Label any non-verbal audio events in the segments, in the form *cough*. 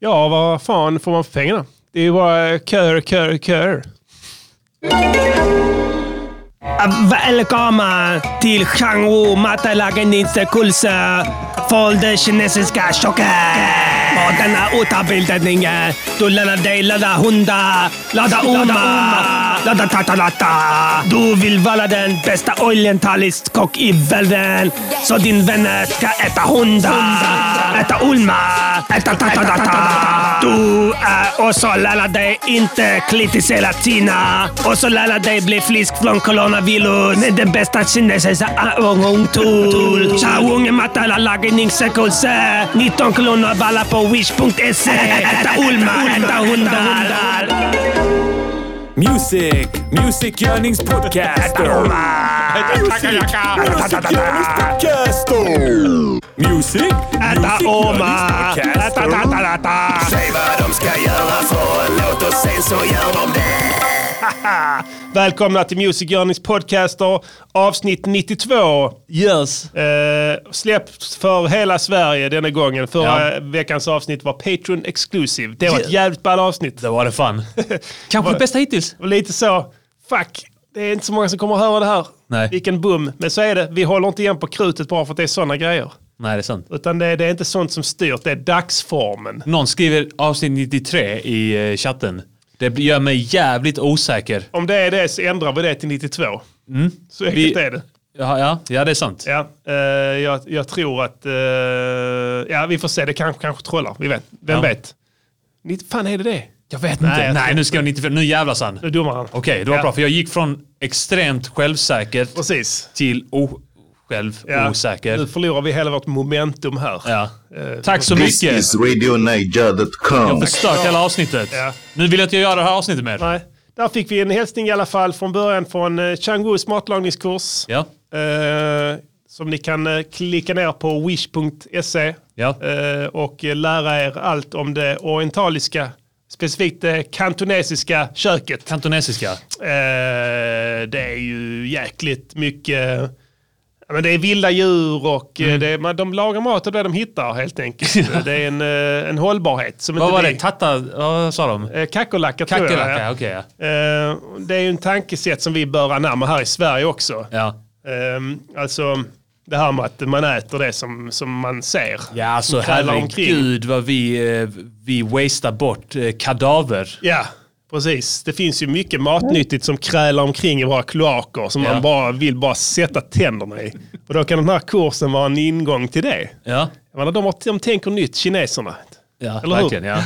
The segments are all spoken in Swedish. Ja, vad fan får man för pengarna? Det är ju bara köer, köer, köer. Äh, Välkomna till Changwu Matalagenitsekulse för det kinesiska chocken. Magarna utan bildning, dullarna delade hundar, ladda umma, ladda tatalata. Du vill vara den bästa orientalistkock i världen, så din vänner ska äta hundar, äta ulma, äta tatalata. Du är och så lär dig inte kritisera Kina och så lär dig bli frisk från coronavirus med den bästa kinesiska ögontul. Chaunge matala lagningssekundse. 19 kronor bara på wish.se. Äta e ulma, äta hundar. Music! Musikgörningspodcaster! Musikgörningspodcaster! Music! Äta oma, äta tatalata. Säg vad de ska göra för en låt och sen så gör de det! Välkomna till Music Journeys podcaster, avsnitt 92. Yes. Eh, släppt för hela Sverige denna gången. Förra Ja. veckans avsnitt var Patreon exclusive. Det var ett Yeah. jävligt ball avsnitt. Det var *laughs* det fan. Kanske det bästa hittills. Och lite så, fuck, det är inte så många som kommer att höra det här. Nej. Vilken bum. Men så är det, vi håller inte igen på krutet bara för att det är sådana grejer. Nej, det är sant. Utan det, det är inte sånt som styrt, det är dagsformen. Någon skriver avsnitt 93 i eh, chatten. Det blir- gör mig jävligt osäker. Om det är det så ändrar vi det till 92. Mm. Så enkelt är det. Ja, ja, ja, det är sant. Ja, eh, jag, jag tror att... eh, ja, vi får se. Det kanske, kanske trollar. Vi vet. Vem Ja. vet? Ni, fan, är det det? Jag vet Nej, Nej, nej nu ska jag 95. Nu jävlas han. nu Okej, domar han. det var Ja. bra. För jag gick från extremt självsäkert Precis. till o- själv Ja. Nu osäker. förlorar vi hela vårt momentum här. Ja. Eh, Tack så This mycket. is RadioNiger.com. Förstört hela avsnittet. Ja. Nu vill jag inte göra det här avsnittet mer. Nej, där fick vi en hälsning i alla fall från början från eh, Changus matlagningskurs. Ja. Eh, som ni kan eh, klicka ner på wish.se Ja. eh, och eh, lära er allt om det orientaliska, specifikt det kantonesiska köket. Kantonesiska. Eh, det är ju jäkligt mycket... ja, Men det är vilda djur och eh, Mm. det är, man, de lagar mat av det de hittar helt *laughs* enkelt. det är en, eh, en hållbarhet. Som Vad inte var vi- det? Tatta? Vad sa de? Eh, Kackerlacka tror jag. Kackerlacka? ja. Okej, ja. Eh, Det är ju en tankesätt som vi bör anamma här i Sverige också. ja. Ehm, Alltså det här med att man äter det som, som man ser. Ja, alltså Som kravlar omkring. herregud vad vi, eh, vi wastar bort eh, kadaver. Ja, precis. Det finns ju mycket matnyttigt som krälar omkring i våra kloaker som Ja. man bara vill bara sätta tänderna i. Och då kan den här kursen vara en ingång till det. Ja, Jag menar, de, har, de tänker nytt, kineserna. ja Eller hur? verkligen. Ja.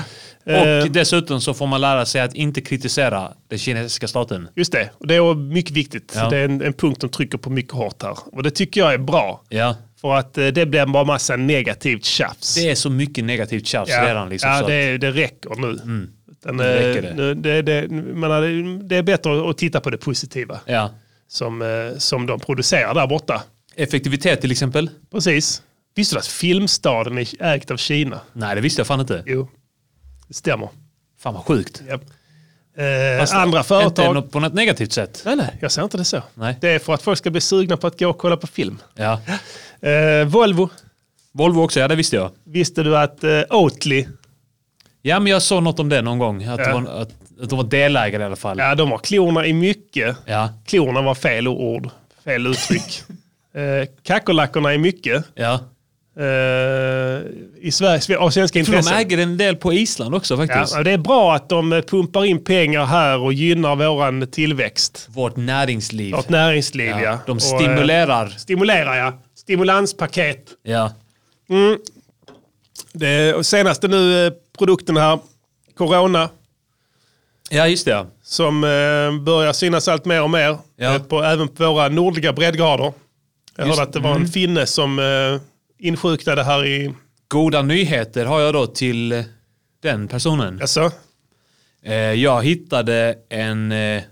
Eh. Och dessutom så får man lära sig att inte kritisera den kinesiska staten. Just det, och det är mycket viktigt. Ja. Det är en, en punkt de trycker på mycket hårt här. Och det tycker jag är bra. Ja. För att eh, det blir bara massa negativt tjafs. Det är så mycket negativt tjafs redan. Liksom, ja så att, Mm. det, det räcker nu. Utan, Nu räcker eh, det. nu- det, det, man har- det är bättre att titta på det positiva ja. som, eh, som de producerar där borta. Effektivitet till exempel? Precis. Visste du att Filmstaden är ägt av Kina? Nej, det visste jag fan inte. Jo, det stämmer. Fan vad sjukt. Ja. Eh, Fast andra Inte företag... något- på något negativt sätt. Nej, nej, jag ser inte det så. Nej. Det är för att folk ska bli sugna på att gå och kolla på film. Ja. Eh, Volvo, Volvo också, ja det visste jag. visste du att eh, Oatly, Ja, men jag såg något om det någon gång. Att, Ja. de, var, att, att de var delägare i alla fall. ja de har klorna i mycket. Ja. Klorna var fel ord, fel uttryck. *laughs* eh, Kackerlackorna är mycket. ja. eh, i Sverige, av svenska Jag tror de intressen. äger en del på Island också Ja, faktiskt. och det är bra att de eh, pumpar in pengar här och gynnar våran tillväxt. Vårt näringsliv. Vårt näringsliv ja. Ja, de Och, stimulerar. eh, stimulerar ja. Stimulanspaket. Ja. Det är, och senaste nu eh, produkten här, Corona, ja, just det. ja. som eh, börjar synas allt mer och mer. Ja. Eh, på, även på våra nordliga breddgrader. Jag Just- mm. hörde att det var en finne som eh, insjuknade här i... Goda nyheter har jag då till eh, den personen. Alltså, Eh, Jag hittade en, eh,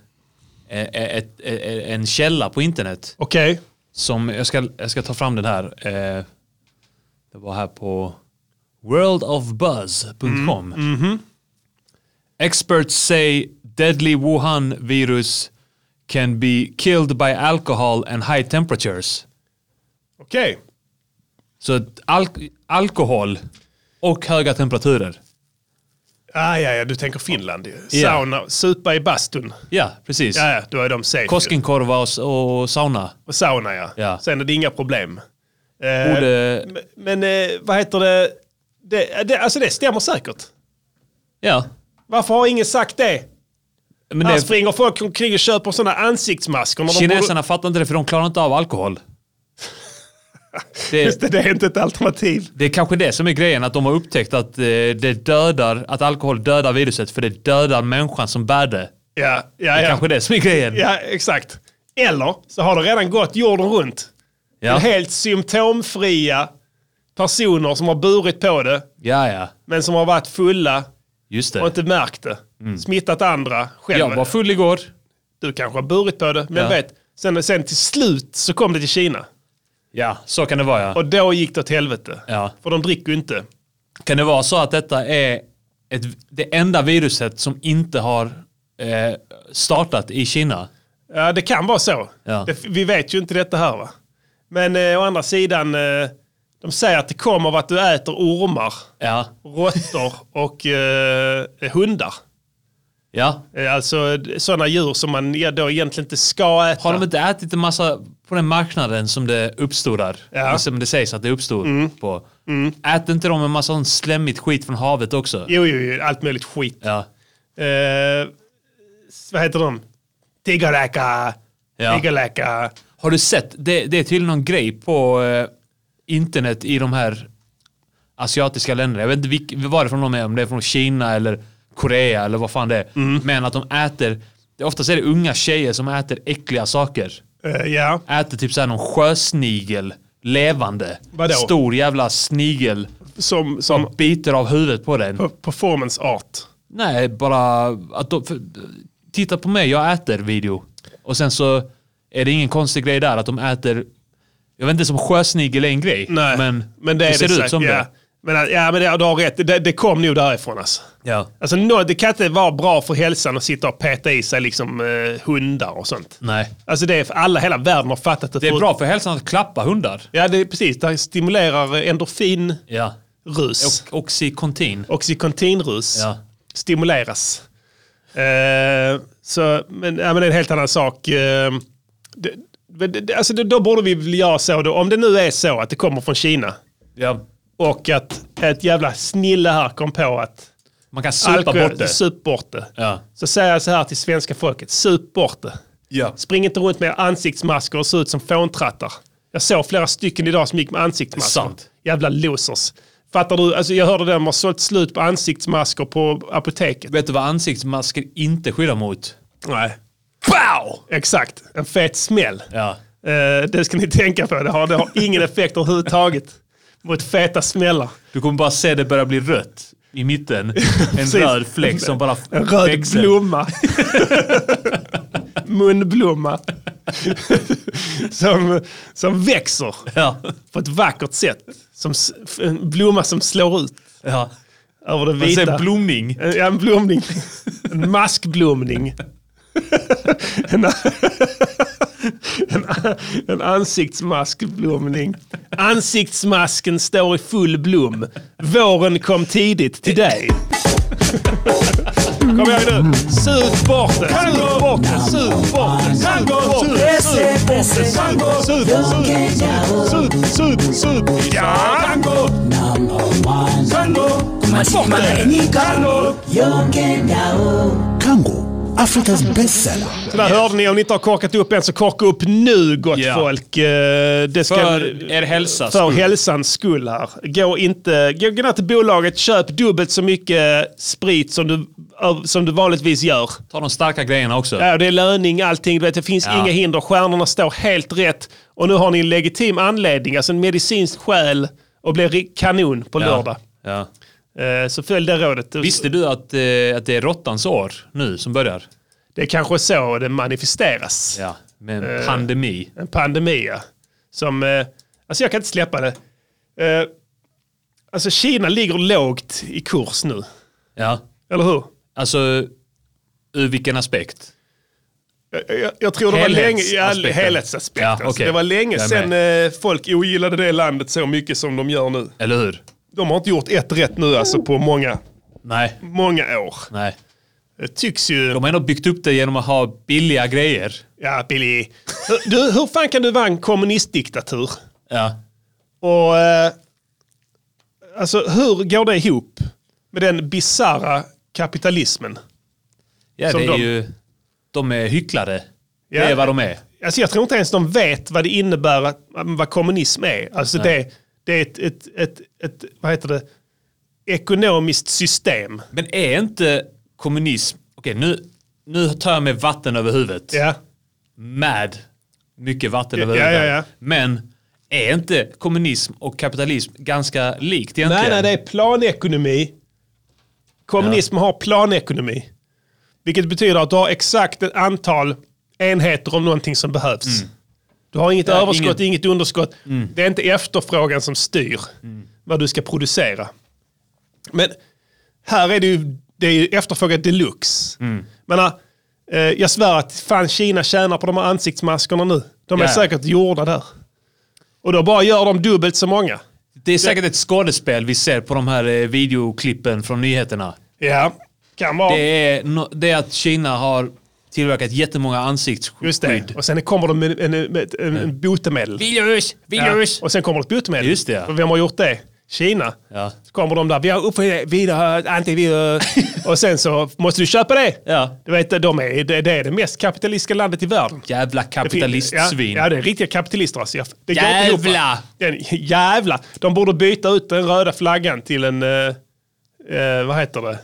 eh, ett, eh, en källa på internet okej. som jag ska, jag ska ta fram den här. Eh, Det var här på worldofbuzz.com. Experts say deadly Wuhan virus can be killed by alcohol and high temperatures. Okej. Så att alk alkohol och höga temperaturer Ah, ja, ja, du tänker Finland. Sauna, supa i bastun. Ja, precis. Ja, ja, då är de safe. ju. Koskenkorva och, s- och sauna. Och sauna ja. Ja. Sen är det inga problem. Eh, Borde- m- Men eh, vad heter det? Det, det? Alltså det stämmer säkert. Ja. Varför har ingen sagt det? Men Här det, springer folk omkring och köper sådana ansiktsmasker. när de *laughs* kineserna fattar inte det för de klarar inte av alkohol. Det, Borde... Det är inte ett alternativ. det är kanske det som är grejen, att de har upptäckt att, eh, det dödar, att alkohol dödar viruset för det dödar människan som bär det. Ja, ja, ja. Kanske det som är grejen. ja exakt. Eller så har det redan gått jorden runt. Ja, Helt symptomfria personer som har burit på det, ja, ja. men som har varit fulla just och det. inte märkt det. Mm. Smittat andra själv. Jag var full igår. du kanske har burit på det, men Ja. vet. Sen, sen till slut så kom det till Kina. Ja, så kan det vara ja. Och då gick det åt helvete. Ja. För de dricker ju inte. Kan det vara så att detta är ett, det enda viruset som inte har eh, startat i Kina? Ja, det kan vara så. Ja. Det, vi vet ju inte detta här va. Men eh, å andra sidan, eh, de säger att det kommer av att du äter ormar, Ja, råttor och eh, hundar. ja. Eh, Alltså sådana djur som man ja, då egentligen inte ska äta. Har de inte ätit en massa på den marknaden som det uppstod där? Ja. Mm. Som det sägs att det uppstod på. Äter inte de en massa sån slemmigt skit från havet också? Jo, jo, jo, allt möjligt skit. Ja. Eh, s- vad heter de? Tiggerläka, Ja. tiggerläka. Har du sett? Det, det är tydligen någon grej på eh, internet i de här asiatiska länderna. Jag vet inte vilk, varifrån de är, om det är från Kina eller Korea eller vad fan det är. Mm. Men att de äter, det- oftast är det unga tjejer som äter äckliga saker. Eh, ja. Äter typ såhär någon sjösnigel, levande. Vadå? Stor jävla snigel. som, som Biter av huvudet på den. pe- performance art. Nej, bara att de, för, titta på mig, jag äter video. Och sen så är det ingen konstig grej där att de äter, jag vet inte som sjösnigel är en grej. Nej, Men, det, är ser det ut säkert, som ja. det. Men, äh, ja, men det, du har rätt. Det, det kom nog därifrån alltså. Ja. Alltså, nå- det kan inte vara bra för hälsan att sitta och peta i sig liksom, eh, hundar och sånt. Nej. Alltså det är alla, hela världen har fattat det. Det är förut. bra för hälsan att klappa hundar. Ja, det är precis. Det stimulerar endorfinrus. Ja. Och oxycontin. Oxycontinrus Ja. stimuleras. Eh, så, men, ja, men det är en helt annan sak. Eh, det, men det, alltså, då, då borde vi väl göra så. Då. Om det nu är så att det kommer från Kina. Ja. Och att ett jävla snille här kom på att Man kan supa alkohol- bort det. sup bort det. Ja. Så säger jag så här till svenska folket, sup bort det. Ja. Spring inte runt med ansiktsmasker och se ut som fåntrattar. Jag såg flera stycken idag som gick med ansiktsmasker. Sant. Jävla losers. Fattar du? Alltså jag hörde att de har sålt slut på ansiktsmasker på apoteket. Vet du vad ansiktsmasker inte skyddar mot? Nej. Pow! Exakt, en fet smäll. Ja. Eh, det ska ni tänka på, det har, det har ingen effekt överhuvudtaget. Mot feta smällar. Du kommer bara se det börja bli rött *laughs* i mitten. En Precis. röd fläck som bara En röd växer. blomma. Munblomma. som, som växer Ja. på ett vackert sätt. Som, s- f- en blomma som slår ut ja. över det Och vita. sen blomning. en, Eh, ja, en blomning. En maskblomning. en, en, en ansiktsmaskblomning. Ansiktsmasken står i full blom. Våren kom tidigt till dig. Kom ihåg nu. Sug bort det. Sug bort det. Sug bort det. Sug bort det. Sug bort det. Sug bort det. Sug, sug, sug, sug. Ja! Tango! Tango! Bort det. Tango! Kango, Africa's best seller. Så där hörde ni, om ni inte har korkat upp än så korka upp nu gott Ja. folk. Eh, Det ska, För er hälsa. för hälsans skull här. Gå, inte, gå, gå ner till bolaget, köp dubbelt så mycket sprit som du, av- som du vanligtvis gör. Ta de starka grejerna också. Ja, det är löning, allting. Du vet, det finns Ja. inga hinder. Stjärnorna står helt rätt. Och nu har ni en legitim anledning, alltså en medicinsk skäl och blir ri- kanon på lördag. Ja. Ja. Eh, Så följ det rådet. Visste du att, eh, att det är råttans år nu som börjar? Det är kanske så det manifesteras. Ja. Med en Eh, pandemi. en pandemi. ja. Som, eh, alltså jag kan inte släppa det. Eh, alltså Kina ligger lågt i kurs nu, Ja. eller hur? Alltså, ur vilken aspekt? Jag, jag, jag tror det var länge, Helhetsaspekten. ja, helhetsaspekten. Ja, alltså. okej. Det var länge Jag är sedan eh, folk ogillade det landet så mycket som de gör nu. Eller hur? De har inte gjort ett rätt nu alltså på många, Nej, många år. nej. Det tycks ju... De har ändå byggt upp det genom att ha billiga grejer. Ja, Billy. Hur- Du, hur fan kan du vara en kommunistdiktatur? Ja. Och... Eh, alltså, hur går det ihop med den bisarra kapitalismen? Ja, Som det är de. ju... De är hycklare. Ja. Det är vad de är. Alltså jag tror inte ens de vet vad det innebär, att, mm, vad kommunism är. Alltså det, det är ett, ett, ett, ett, vad heter det, ekonomiskt system. Men är inte kommunism... Okej, nu, nu tar jag med vatten över huvudet. Ja. Med mycket vatten Ja, över ja, huvudet. ja, ja. Men är inte kommunism och kapitalism ganska likt egentligen? Nej, nej, det är planekonomi. Kommunism har planekonomi. Vilket betyder att du har exakt ett antal enheter om någonting som behövs. Mm. Du har inget Ja, överskott, inget- inget underskott. Mm. Det är inte efterfrågan som styr vad du ska producera. Men här är det ju, det är ju efterfrågan deluxe. Mm. Men, eh, jag svär att fan Kina tjänar på de här ansiktsmaskerna nu. De är Ja. säkert gjorda där. Och då bara gör de dubbelt så många. Det är säkert ett skådespel vi ser på de här eh, videoklippen från nyheterna. Ja, kan vara. Det är, no- det är att Kina har tillverkat jättemånga Just det. ansiktsskydd. Och sen kommer de med en, en, med en, en botemedel. Virus! Ja. Och sen kommer det ett botemedel. Just det, ja. Och vem har gjort det? Kina. Ja. Så kommer de där, vi har uppfunnit vidare, *laughs* antivirus. och sen så måste du köpa det. Ja. Du vet, de är, det, det är det mest kapitalistiska landet i världen. Jävla Det finns- kapitalistsvin. Ja, ja, det är riktiga kapitalister alltså. Jag- Det går inte ihop, va? Jävla! Den, jävla! De borde byta ut den röda flaggan till en, eh, eh, vad heter det?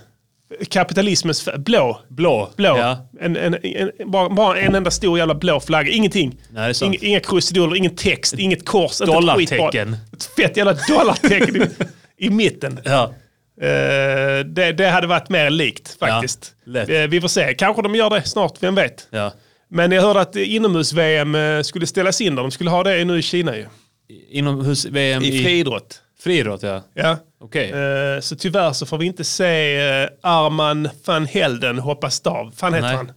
Kapitalismens fär- blå. Blå. Blå. Ja. En, en, en, bara, bara en enda stor jävla blå flagga. Ingenting. Nej, det är sant. Inga, inga krusiduller, ingen text, inget kors. inte ett skit, dollartecken. bara Ett fett jävla dollartecken i, i mitten. Ja. Eh, det, det hade varit mer likt faktiskt. Ja, lätt. Eh, vi får se. Kanske de gör det snart, vem vet. Ja. Men jag hörde att eh, inomhus-VM eh, skulle ställas in. där. De skulle ha det nu i Kina ju. Inomhus-VM I i friidrott. friidrott, ja. Ja. Okej. Eh, Så tyvärr så får vi inte se eh, Arman van Helden hoppa stav. Fan heter Nej. han?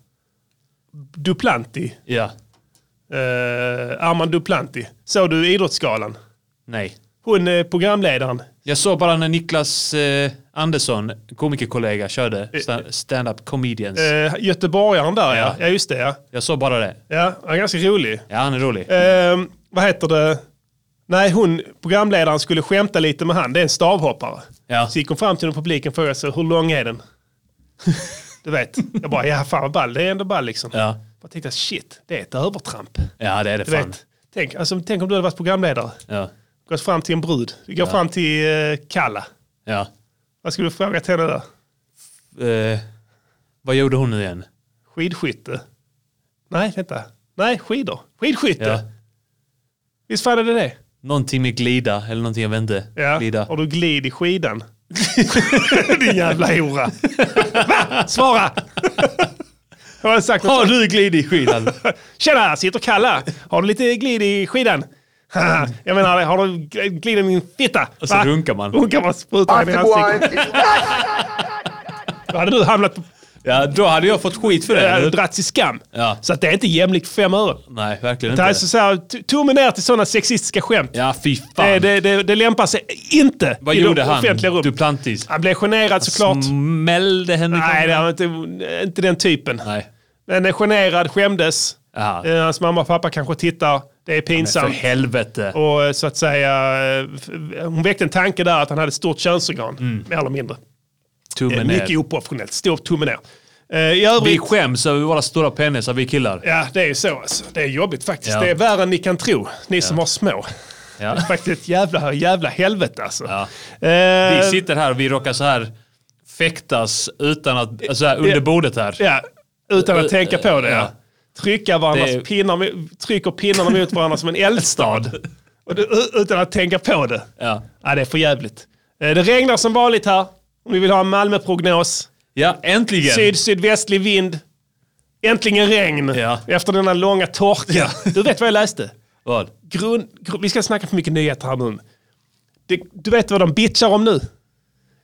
Duplanti. Ja. Eh, Armand Duplanti. Såg du Idrottsgalan? Nej. Hon är programledaren. Jag såg bara när Niklas eh, Andersson, komikerkollega, körde sta- stand-up comedians. Eh, göteborgaren där ja. Ja. Ja just det ja. Jag såg bara det. Ja, han är ganska rolig. Ja, han är rolig. Eh, vad heter det? Nej, hon, programledaren skulle skämta lite med han. Det är en stavhoppare. Ja. Så gick hon fram till den publiken och frågade sig, hur lång är den? *laughs* du vet. Jag bara, ja fan vad ball. Det är ändå ball liksom. Ja. Jag tänkte, shit, det är ett övertramp. Ja, det är det Du fan. vet. Tänk, alltså, tänk om du hade varit programledare. Ja. Gått fram till en brud. Du går fram till eh, Kalla. Ja. Vad skulle du fråga till henne där? Eh, vad gjorde hon nu igen? Skidskytte? Nej, vänta. Nej, skidor. Skidskytte. Ja. Visst fan är det det? Någonting med glida eller någonting, jag vet inte. Ja. Glida. Har du glid i *laughs* skidan? Din jävla hora. Va? Svara! Har jag sagt något? Har du glid i skidan? Tjena, sitter Kalla. Har du lite glid i skidan? Haha, *laughs* jag menar, har du gl- glid i min fitta? Och så Va? runkar man. Runkar man sprutar i min ansikte. Då hade du hamnat på Ja, då hade jag fått skit för det. äh, eller? dragits i skam. Ja. Så att det är inte jämlikt för fem öre. Nej, verkligen Det inte. här är så så här, t- tummen ner till sådana sexistiska skämt. Ja, fy Det, fan. det, det, det lämpar sig inte Vad i gjorde de han? offentliga rummen. Duplantis? Han blev generad såklart. Smällde henne i Nej, kameran? det var inte, inte den typen. Nej. Men eh, generad, skämdes. Aha. Eh, Hans mamma och pappa kanske tittar. Det är Men för pinsamt. helvete. Och eh, så att säga, eh, f- hon väckte en tanke där att han hade ett stort könsorgan. Mer eller mindre. Mm. Eh, Tummen Mycket ner. oprofessionellt. Stor tumme ner. Eh, I Vi övrigt, skäms över våra stora penisar, vi killar. ja det är ju så alltså. Det är jobbigt faktiskt. Ja. Det är värre än ni kan tro, ni som har små. *laughs* Ja. Det är faktiskt ett jävla, jävla helvete alltså. Ja. Eh, Vi sitter här och vi råkar så här fäktas utan att, alltså så här under bordet här. Ja, utan att Eh, tänka på det. ja. Ja. Trycka varandras Det är- pinnar, med- trycker pinnarna mot varandra som en *laughs* eldstad. Och det, utan att tänka på det. Ja. Ja, det är för jävligt. Eh, Det regnar som vanligt här. Om vi vill ha en Malmöprognos. Ja, äntligen! Syd, sydvästlig vind. Äntligen regn. Ja. Efter denna långa torka. Du vet vad jag läste? Vad? Grund, grund, vi ska snacka för mycket nyheter här nu. Det, du vet vad de bitchar om nu?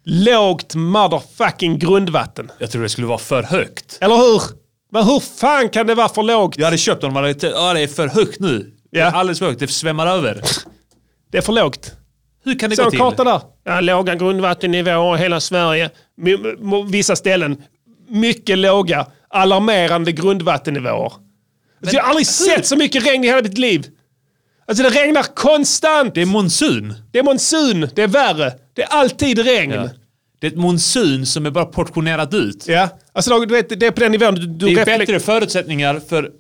Lågt motherfucking grundvatten. Jag tror det skulle vara för högt. Eller hur? Men hur fan kan det vara för lågt? Jag hade köpt dem, men ja det är för högt nu. Det är Ja. alldeles för högt, det svämmar över. Det är för lågt. Hur kan det gå Såg till? kartan där? Ja, låga grundvattennivåer i hela Sverige. M- m- Vissa ställen mycket låga, alarmerande grundvattennivåer. Alltså, jag har aldrig sett så mycket regn i hela mitt liv. Alltså det regnar konstant. Det är monsun. Det är monsun, det är värre. Det är alltid regn. Ja. Ja. Det är ett monsun som är bara portionerat ut. Alltså, du vet, det är på den nivån du, du Det är reflek- bättre förutsättningar för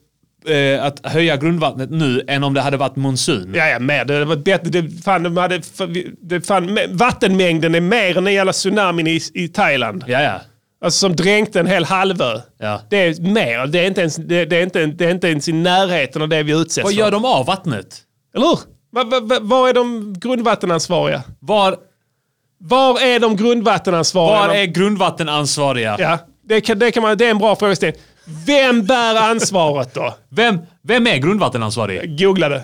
eh, att höja grundvattnet nu än om det hade varit monsun. Ja, ja, mer. Det var bättre. Det, fan, de hade, det, fan, vattenmängden är mer än den jävla tsunamin i, i Thailand. Ja, ja. Alltså som dränkte en hel halvö. Ja. Det är mer. Det är, inte ens, det, det, är inte, det är inte ens i närheten av det vi utsätts Vad för. gör de av vattnet? Eller hur? Va- va- va- Var är de grundvattenansvariga? Var, Var är de grundvattenansvariga? var De- är grundvattenansvariga? Ja, det, kan, det, kan man, det är en bra frågeställning. Vem bär ansvaret då? Vem, vem är grundvattenansvarig? Googla det.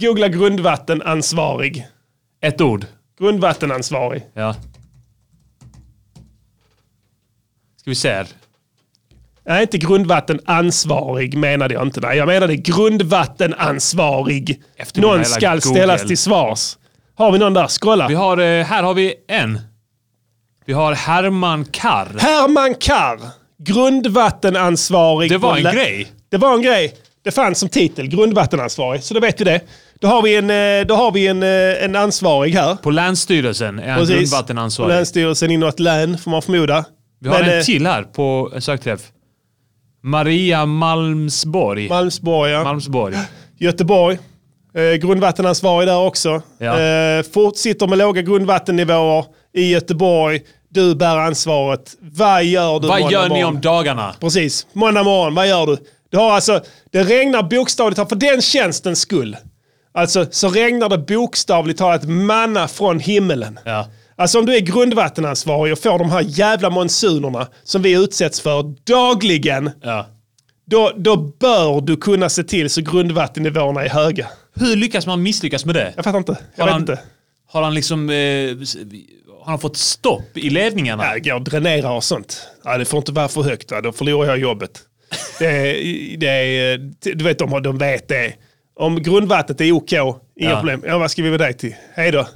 Googla grundvattenansvarig. Ett ord. Grundvattenansvarig. Ja. Ska vi se här. Nej, inte grundvattenansvarig menade jag inte. Nej, jag menade grundvattenansvarig. Efter den Någon här jävla skall Google. ställas till svars. Har vi någon där? Scrolla. Vi har, eh, här har vi en. Vi har Herman Karr. Herman Karr, grundvattenansvarig. Det var på en lä- grej. Det var en grej. Det fanns som titel, grundvattenansvarig. Så då vet vi det. Då har vi en, eh, då har vi en, eh, en ansvarig här. På Länsstyrelsen är han grundvattenansvarig. Länsstyrelsen i något län, får man förmoda. Vi har eh, en till här på en sökträff. Maria Malmsborg. Malmsborg, ja. Malmsborg. *laughs* Göteborg. Eh, grundvattenansvarig där också. Ja. Eh, fortsitter med låga grundvattennivåer i Göteborg. Du bär ansvaret. Vad gör du Vad måndag gör ni morgon? om dagarna? Precis. Måndag morgon, vad gör du? Du har alltså, det regnar bokstavligt talat, för den tjänstens skull. Alltså så regnar det bokstavligt talat manna från himmelen. Ja. Alltså om du är grundvattenansvarig och får de här jävla monsunerna som vi utsätts för dagligen. Ja. Då, då bör du kunna se till så grundvattennivåerna är höga. Hur lyckas man misslyckas med det? Jag fattar inte. Jag Har vet han- inte. Har han liksom... Eh, s- har han fått stopp i ledningarna? Ja, det går att dränera och sånt. Ja, det får inte vara för högt, va? då förlorar jag jobbet. Det är, det är, du vet, de, har- de vet det. Om grundvattnet är OK, inga Ja. problem. Ja, vad ska vi med dig till? Hej då.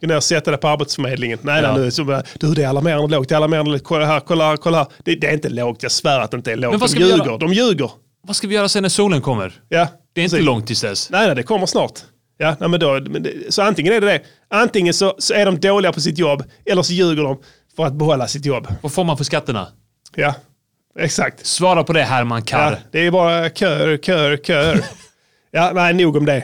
Gå ner och sätta dig på Arbetsförmedlingen. Nej, Ja. nej, nu, så, bara, du det är alarmerande lågt. Det är alarmerande lågt. Kolla här, kolla här, kolla här. Det, det är inte lågt, jag svär att det inte är lågt. Men vad De ska vi ljuger, göra? de ljuger. Vad ska vi göra sen när solen kommer? Ja, Det är inte precis. långt tills dess. Nej, nej, det kommer snart. Ja, nej, men då, men det, så antingen är det det. Antingen så, så är de dåliga på sitt jobb, eller så ljuger de för att behålla sitt jobb. Vad får man för skatterna? Ja, exakt. Svara på det Herman Karr. Ja, det är bara köer, köer, *laughs* köer. ja, nej, nog om det.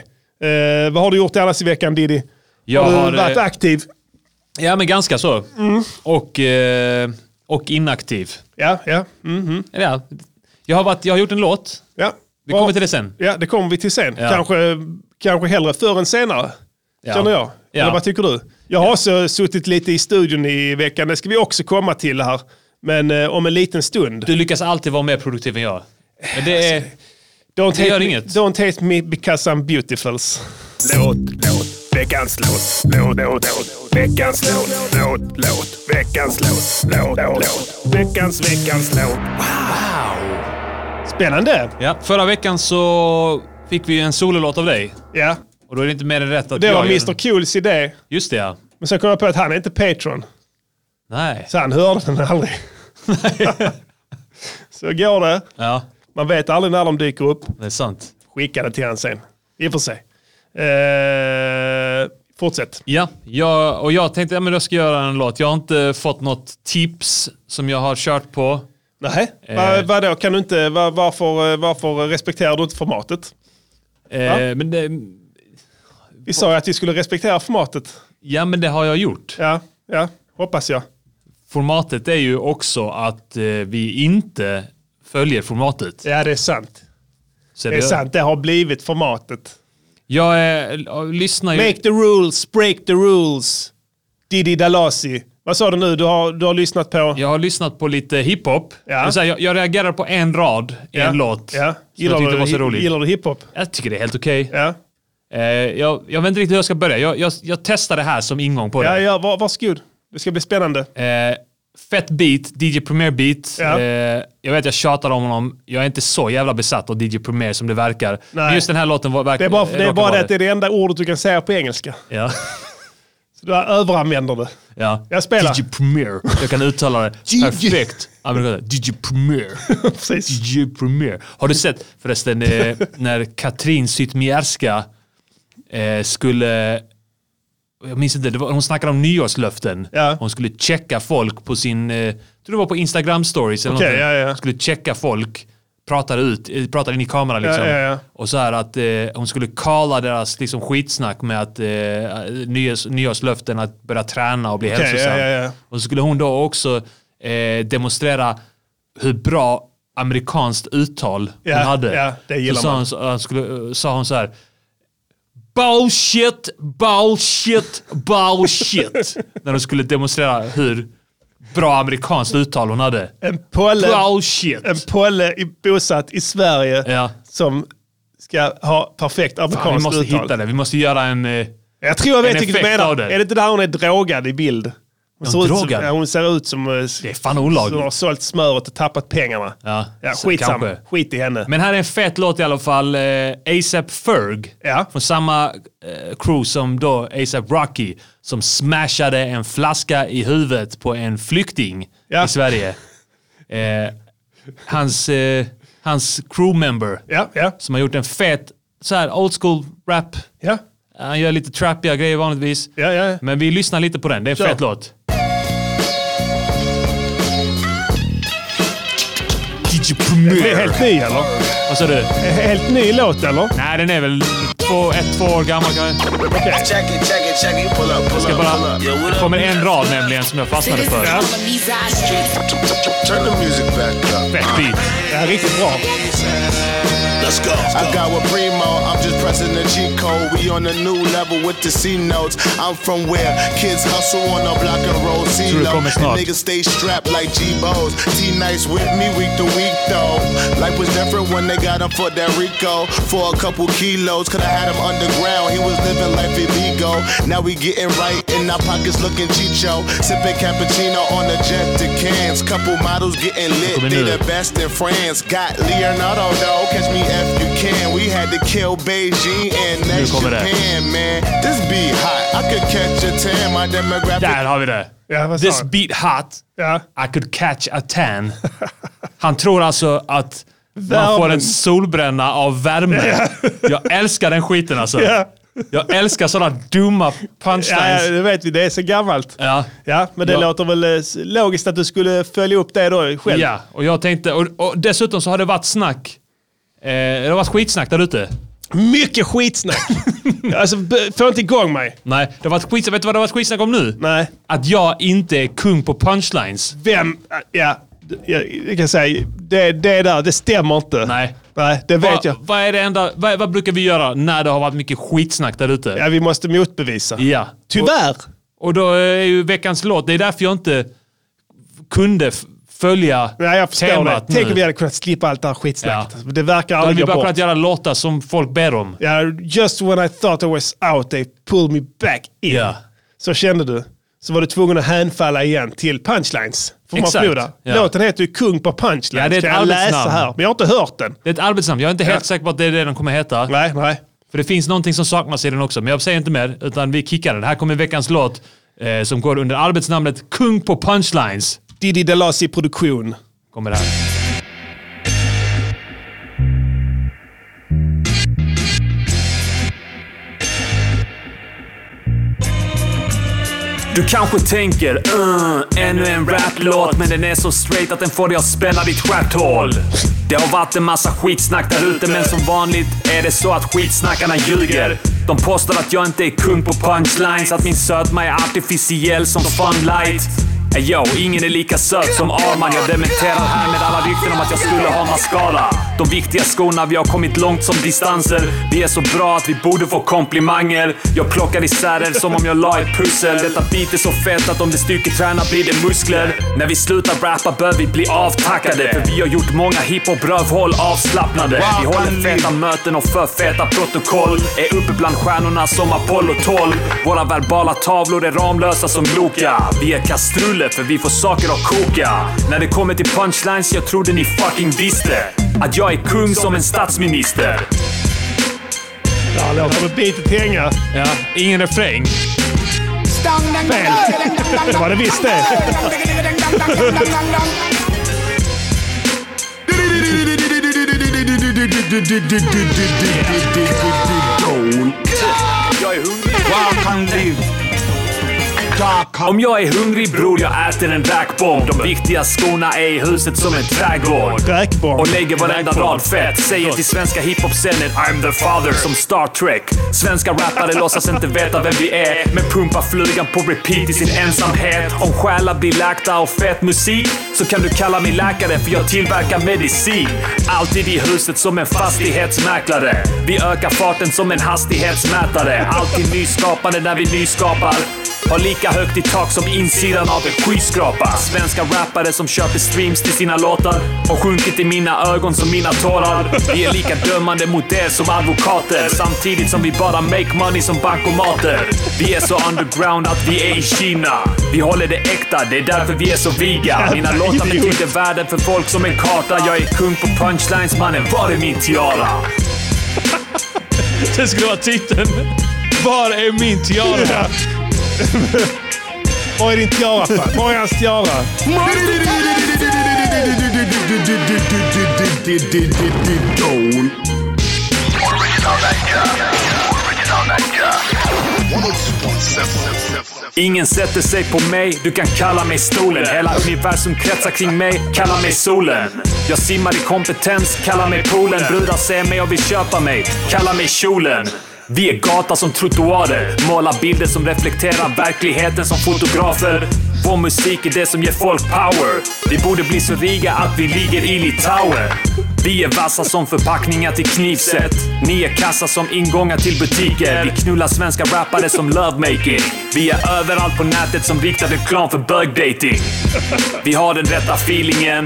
Eh, vad har du gjort annars i veckan Diddy? Jag har du har, eh, varit aktiv? Ja, men ganska så. Mm. Och, eh, och inaktiv. Ja, ja. Mm, Eller Ja. Jag, har varit, jag har gjort en låt. ja. Vi kommer till det sen. Ja, det kommer vi till sen. Ja. Kanske, kanske hellre förr än senare, Ja. känner jag. Ja. Eller vad tycker du? Jag har också suttit lite i studion i veckan. Det ska vi också komma till här. Men eh, om en liten stund. Du lyckas alltid vara mer produktiv än jag. Men det är... Don't gör hate, me, inget. don't hate me because I'm beautiful. Låt, låt, veckans låt, låt, låt, låt, veckans låt, låt, låt, veckans låt, låt, låt, veckans, veckans låt. Spännande. Ja, förra veckan så fick vi en sololåt av dig. Ja, Och då är det inte mer än rätt att det jag var gör Mr den. Cools idé. Just det ja. Men sen kom jag på att han är inte Patreon. Nej. Så han hörde den aldrig. *laughs* så går det. Ja, Man vet aldrig när de dyker upp. det är sant. Skicka det till han sen. I och för sig. Eh, fortsätt. Ja, jag, och jag tänkte att men jag ska göra en låt. Jag har inte fått något tips som jag har kört på. Nej. Eh. vadå, kan du inte, va- varför, eh, varför respekterar du inte formatet? Eh, men, det, Vi sa ju att vi skulle respektera formatet. ja, men det har jag gjort. Ja, ja hoppas jag. Formatet är ju också att eh, vi inte följer formatet. Ja, det är sant. Så Det är sant, det har blivit formatet. Jag, eh, jag lyssnar ju... Make the rules, break the rules. Didi Dalasi. Vad sa du nu? Du har, du har lyssnat på? Jag har lyssnat på lite hiphop. Ja. Ja. Jag, jag reagerar på en rad i en låt. Ja. Gillar, Gillar som jag du, tyckte var så hi- rolig. gillar du hiphop? Jag tycker det är helt okej. Ja. Eh, jag, jag vet inte riktigt hur jag ska börja. Jag, jag, jag testar det här som ingång på Ja, det. ja, var, varsågod. Det ska bli spännande. Eh, fett beat, DJ Premier beat. Ja. Eh, jag vet jag tjatar om honom. Jag är inte så jävla besatt av DJ Premier som det verkar. Men just den här låten var Det är verkligen... bara det, är bara det att det är det enda ordet du kan säga på engelska. Ja. Du *laughs* överanvänder det. Ja. Jag spelar. Digi Premier. Jag kan uttala det perfekt. Amerikanskt. Digi *laughs* Premier. Precis. Digi Premier. Har du sett förresten eh, när Katrin Zytomierska eh, skulle... Jag minns inte, det var, hon snackade om nyårslöften. Ja. Hon skulle checka folk på sin... Eh, jag tror det var på Instagram stories eller Okej, någonting. ja, ja. Hon skulle checka folk. Pratade ut, eh, pratade in i kameran liksom. Ja, ja, ja. Och så här att eh, hon skulle kalla deras liksom, skitsnack med att eh, nyårs, nyårslöften att börja träna och bli Okej, hälsosam. ja, ja, ja. Och så skulle hon då också eh, demonstrera hur bra amerikanskt uttal Ja, hon hade. ja, det gillar så sa man. hon, så, han skulle, sa hon så här. Bullshit, bullshit, *laughs* bullshit. När hon skulle demonstrera hur bra amerikanskt uttal hon hade. En polle, Bullshit. en polle i, bosatt i Sverige Ja. som ska ha perfekt Vi amerikanskt måste uttal. hitta det. Vi måste göra en... Eh, Jag tror jag En vet vilket du effekt menar. av det. Är det inte där hon är drogad i bild? Hon, ser, ut som, drogad? ja, hon ser ut som... Det är fan olagligt. Hon har sålt smöret och tappat pengarna. Ja, ja så skitsam. kanske. Skit i henne. Men här är en fet låt i alla fall. Eh, ASAP Ferg. Ja. Från samma eh, crew som då ASAP Rocky. Som smashade en flaska i huvudet på en flykting Ja. *laughs* i Sverige. Eh, hans, eh, hans crewmember. ja, ja, Som har gjort en fet så här old school rap. ja. Han gör lite trappiga grejer vanligtvis. Ja, ja. Men vi lyssnar lite på den. Det är en Kör. fet låt. Det är helt ny eller? Vad sa du? Det är Helt ny låt eller? Nej, den är väl två, ett, två år gammal kanske. Check it, check it, check it. Pull up, pull Jag ska up, pull bara... up. Yeah, Det what up? kommer en rad nämligen som jag fastnade för. Turn the music back up. Fett beat. Det här är riktigt bra. Let's go. I got with Primo. I'm just pressing the G code. We on a new level with the C notes. I'm from where kids hustle on the block and roll C Tror det low. kommer snart. Niggas stay strapped like G bows. T nice with me week to week though. Life was different when they got him for that Rico. For a couple kilos, could I had him underground. He was living life illegal. Now we getting right in our pockets looking chicho. Sipping cappuccino on the jet to cans. Couple models getting lit. Coming They in. the best in France. Got Leonardo though. Catch me if you can. We had to kill Beijing and next kommer det. Japan, man. This be hot. I could catch a tan. My demographic. Där har vi det. Ja, vad sa This han? beat hot. Ja. I could catch a tan. Han tror alltså att man Värmen. får en solbränna av värme. Jag älskar den skiten alltså. Ja. Jag älskar sådana dumma Ja, ja, punchlines. det vet vi. Det är så gammalt. Ja. Ja, men det Ja. låter väl eh, logiskt att du skulle följa upp det då själv. Ja, och jag tänkte... Och, och dessutom så har det varit snack. Eh, det har varit skitsnack där ute. Mycket *laughs* skitsnack. alltså, b- få inte igång mig. Nej, det har varit skitsnack. Vet du vad det har varit skitsnack om nu? Nej. Att jag inte är kung på punchlines. Vem... eh, Ja, jag, jag kan säga, det, det där, det stämmer inte. Nej. Nej, det vet Vad- jag. Vad är det enda... Vad, vad brukar vi göra när det har varit mycket skitsnack där ute? Ja, Typ- vi måste motbevisa. Ja. Tyvärr. Och då är ju veckans låt, det är därför jag inte kunde f- följa Nej, jag förstår det. temat Tänk om vi nu. hade kunnat slippa allt det här skitsnacket. Ja. Det verkar Då hade aldrig vi gå bara bort. kunnat göra låtar som folk ber om. Ja, just when I thought I was out, they pulled me back in. Ja. Så kände du. Så var du tvungen att hänfalla igen till punchlines. Får man Exakt, förmoda. ja. Låten heter ju Kung på punchlines. Ja, det är ett kan jag läsa arbetsnamn. här. Men jag har inte hört den. Det är ett arbetsnamn, jag är inte helt säker på att det är det den kommer heta. Nej, nej. För det finns någonting som saknas i den också, men jag säger inte mer, utan vi kickar den. Här kommer veckans låt eh, som går under arbetsnamnet Kung på punchlines. Diddy Delasi produktion. Kommer här. Du kanske tänker uh, ännu en raplåt men den är så straight att den får dig att spänna ditt stjärthål. Det har varit en massa skitsnack där ute men som vanligt är det så att skitsnackarna ljuger. De påstår att jag inte är kung på punchlines, att min sötma är artificiell som funlight. Ey yo, ingen är lika söt som Arman. Jag dementerar här med alla rykten om att jag skulle ha mascara. De viktiga skorna, vi har kommit långt som distanser. Vi är så bra att vi borde få komplimanger. Jag plockar isär er som om jag la ett pussel. Detta beat är så fett att om det styrketränar blir det muskler. När vi slutar rappa bör vi bli avtackade. För vi har gjort många hiphop-rövhål avslappnade. Vi håller feta möten och för feta protokoll. Är uppe bland stjärnorna som Apollo 12. Våra verbala tavlor är ramlösa som Loka. Vi är kastruller för vi får saker att koka. När det kommer till punchlines, jag trodde ni fucking visste. Att jag är kung som en statsminister. Där låter det bitet hänga. Ja, ingen refräng. Fält. Det var det visst det. Jag är hungrig. Om jag är hungrig bror, jag äter en räkbomb. De viktiga skorna är i huset som en trädgård. Räkbarn. Och lägger varenda rad fett. Säger till svenska hiphop-scenen I'm the father som Star Trek. Svenska rappare låtsas inte veta vem vi är. Men pumpar flugan på repeat i sin ensamhet. Om själar blir läkta av fett musik så kan du kalla mig läkare för jag tillverkar medicin. Alltid i huset som en fastighetsmäklare. Vi ökar farten som en hastighetsmätare. Alltid nyskapande när vi nyskapar. Har lika högt i tak som insidan av en skyskrapa. Svenska rappare som köper streams till sina låtar och sjunkit i mina ögon som mina tårar. Vi är lika dömande mot er som advokater samtidigt som vi bara make money som bankomater. Vi är så underground att vi är i Kina. Vi håller det äkta, det är därför vi är så viga. Mina låtar betyder världen för folk som en karta. Jag är kung på punchlines, mannen. Var är min tiara? Det skulle vara titeln. Var är min tiara? Var är din tiara? fan? Var är hans tiara? Ingen sätter sig på mig, du kan kalla mig stolen. Hela universum kretsar kring mig, kalla mig solen. Jag simmar i kompetens, kalla mig poolen. Brudar ser mig och vill köpa mig, kalla mig kjolen. Vi är gata som trottoarer, målar bilder som reflekterar verkligheten som fotografer. Vår musik är det som ger folk power. Vi borde bli så riga att vi ligger i Litauen. Vi är vassa som förpackningar till knivset. Ni är kassa som ingångar till butiker. Vi knullar svenska rappare som lovemaking. Vi är överallt på nätet som riktad reklam för bögdating. Vi har den rätta feelingen.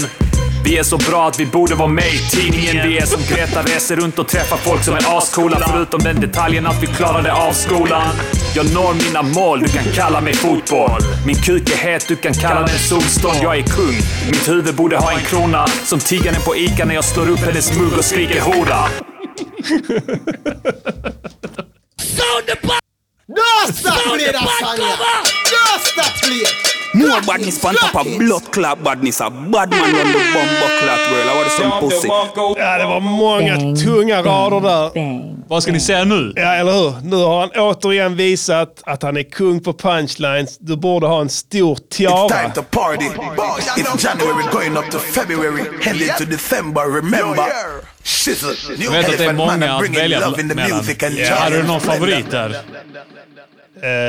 Vi är så bra att vi borde vara med i tidningen. Vi är som Greta, reser runt och träffar folk som är ascoola. Förutom den detaljen att vi klarade av skolan. Jag når mina mål, du kan kalla mig fotboll. Min kuk är het, du kan kalla den solstånd. Jag är kung, mitt huvud borde ha en krona. Som tiggaren på Ica när jag slår upp hennes mugg och skriker hora. Just att play that song, yeah. Just that play. More badness on top of blood clot badness. A bad man run the bomb clot world. I want some pussy. Ja, det var många Bang, tunga rader där. Bang. Vad ska ni säga nu? Ja, eller hur? Nu har han återigen visat att han är kung på punchlines. Du borde ha en stor It's tiara. time to party. It's January going up to February, heading to December. Remember, shizzle, new Jag vet att det är elephant man, många I'm att bringing välja love in the mellan. music and Ja, Hade du någon giant splendor. favorit där?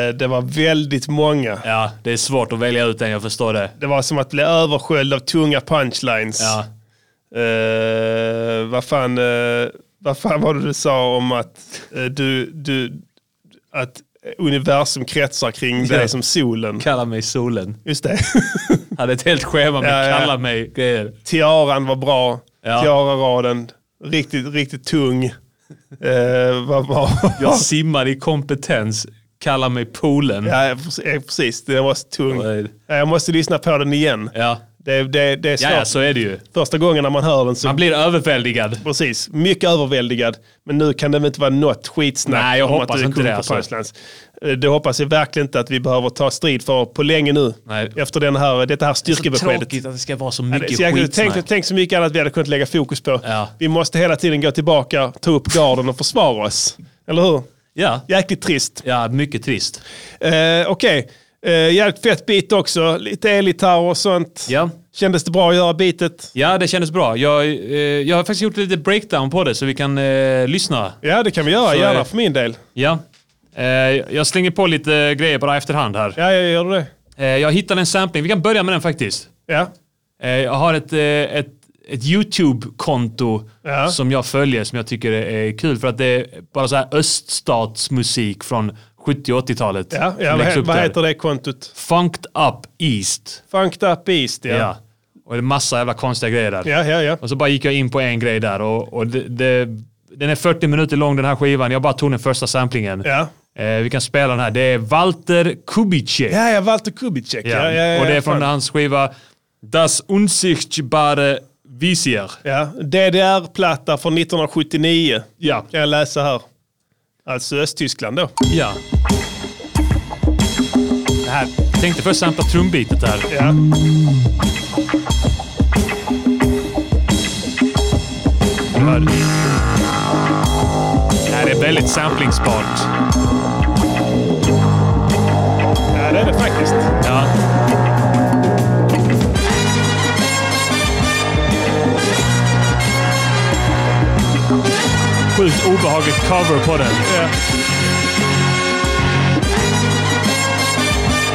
Eh, Det var väldigt många. Ja, det är svårt att välja ut en, jag förstår det. Det var som att bli översköljd av tunga punchlines. Ja. Eh, vad, fan, eh, vad fan var det du sa om att, eh, du, du, att universum kretsar kring dig Ja. som solen? Kalla mig solen. Just *laughs* det. *laughs* Hade ett helt schema med Ja, ja. kalla mig grejer. Tiaran var bra. Ja. Tiara-raden. Riktigt, riktigt tung. Eh, vad var *laughs* Jag simmar i kompetens. Kalla mig poolen. Ja, jag förstår- ja, precis. Den var så tung. Vad är det? Ja, Jag måste lyssna på den igen. Ja. Det, det, det är Ja, svårt. ja, så är det ju. Första gången när man hör den så... Man blir överväldigad. Precis, mycket överväldigad. Men nu kan det väl inte vara något skitsnack Nej, jag om hoppas att du är inte kung det, på alltså. punchlines. Eh, Det hoppas jag verkligen inte att vi behöver ta strid för på länge nu. Nej. Efter den här, detta här styrkebeskedet. Tråkigt att det ska vara så Ja, det är mycket så jäkla- skitsnack. tänk, tänk så mycket annat vi hade kunnat lägga fokus på. Ja. Vi måste hela tiden gå tillbaka, ta upp garden och försvara oss. Eller hur? Ja. Jäkligt trist. ja, mycket trist. Eh, Okej, eh, jävligt fett bit också. Lite elgitarr och sånt. Ja. Kändes det bra att göra bitet? Ja, det kändes bra. Jag, eh, jag har faktiskt gjort lite breakdown på det så vi kan eh, lyssna. Ja, det kan vi göra. Så, Gärna eh, för min del. Ja. Eh, jag slänger på lite grejer bara efterhand här. Ja, jag gör det. Eh, jag hittade en sampling. Vi kan börja med den faktiskt. Ja. Eh, jag har ett, eh, ett, ett YouTube-konto Ja. som jag följer som jag tycker är kul för att det är bara så här öststatsmusik från 70 och 80-talet. Ja, ja vad, som läggs he- upp vad där. heter det kontot? Funked Up East. Funked Up East, ja. Ja. Ja, Och det är massa jävla konstiga grejer där. ja, ja. ja. Och så bara gick jag in på en grej där och, och det, det, den är 40 minuter lång den här skivan. Jag bara tog den första samplingen. Ja, Eh, vi kan spela den här. Det är Walter Kubicek. ja, ja Walter Kubicek. Ja. Ja, ja, ja, och det är från fan. hans skiva Das Unsichtbare Visier. Ja, DDR-platta från 1979. Ja. Kan jag läsa här. Alltså Östtyskland då. Ja. här. Tänkte först sampla trumbeatet här. Ja. Hör. Det här är väldigt samplingsbart. Ja, det är det faktiskt. Ja. Sjukt obehagligt cover på den. Ja.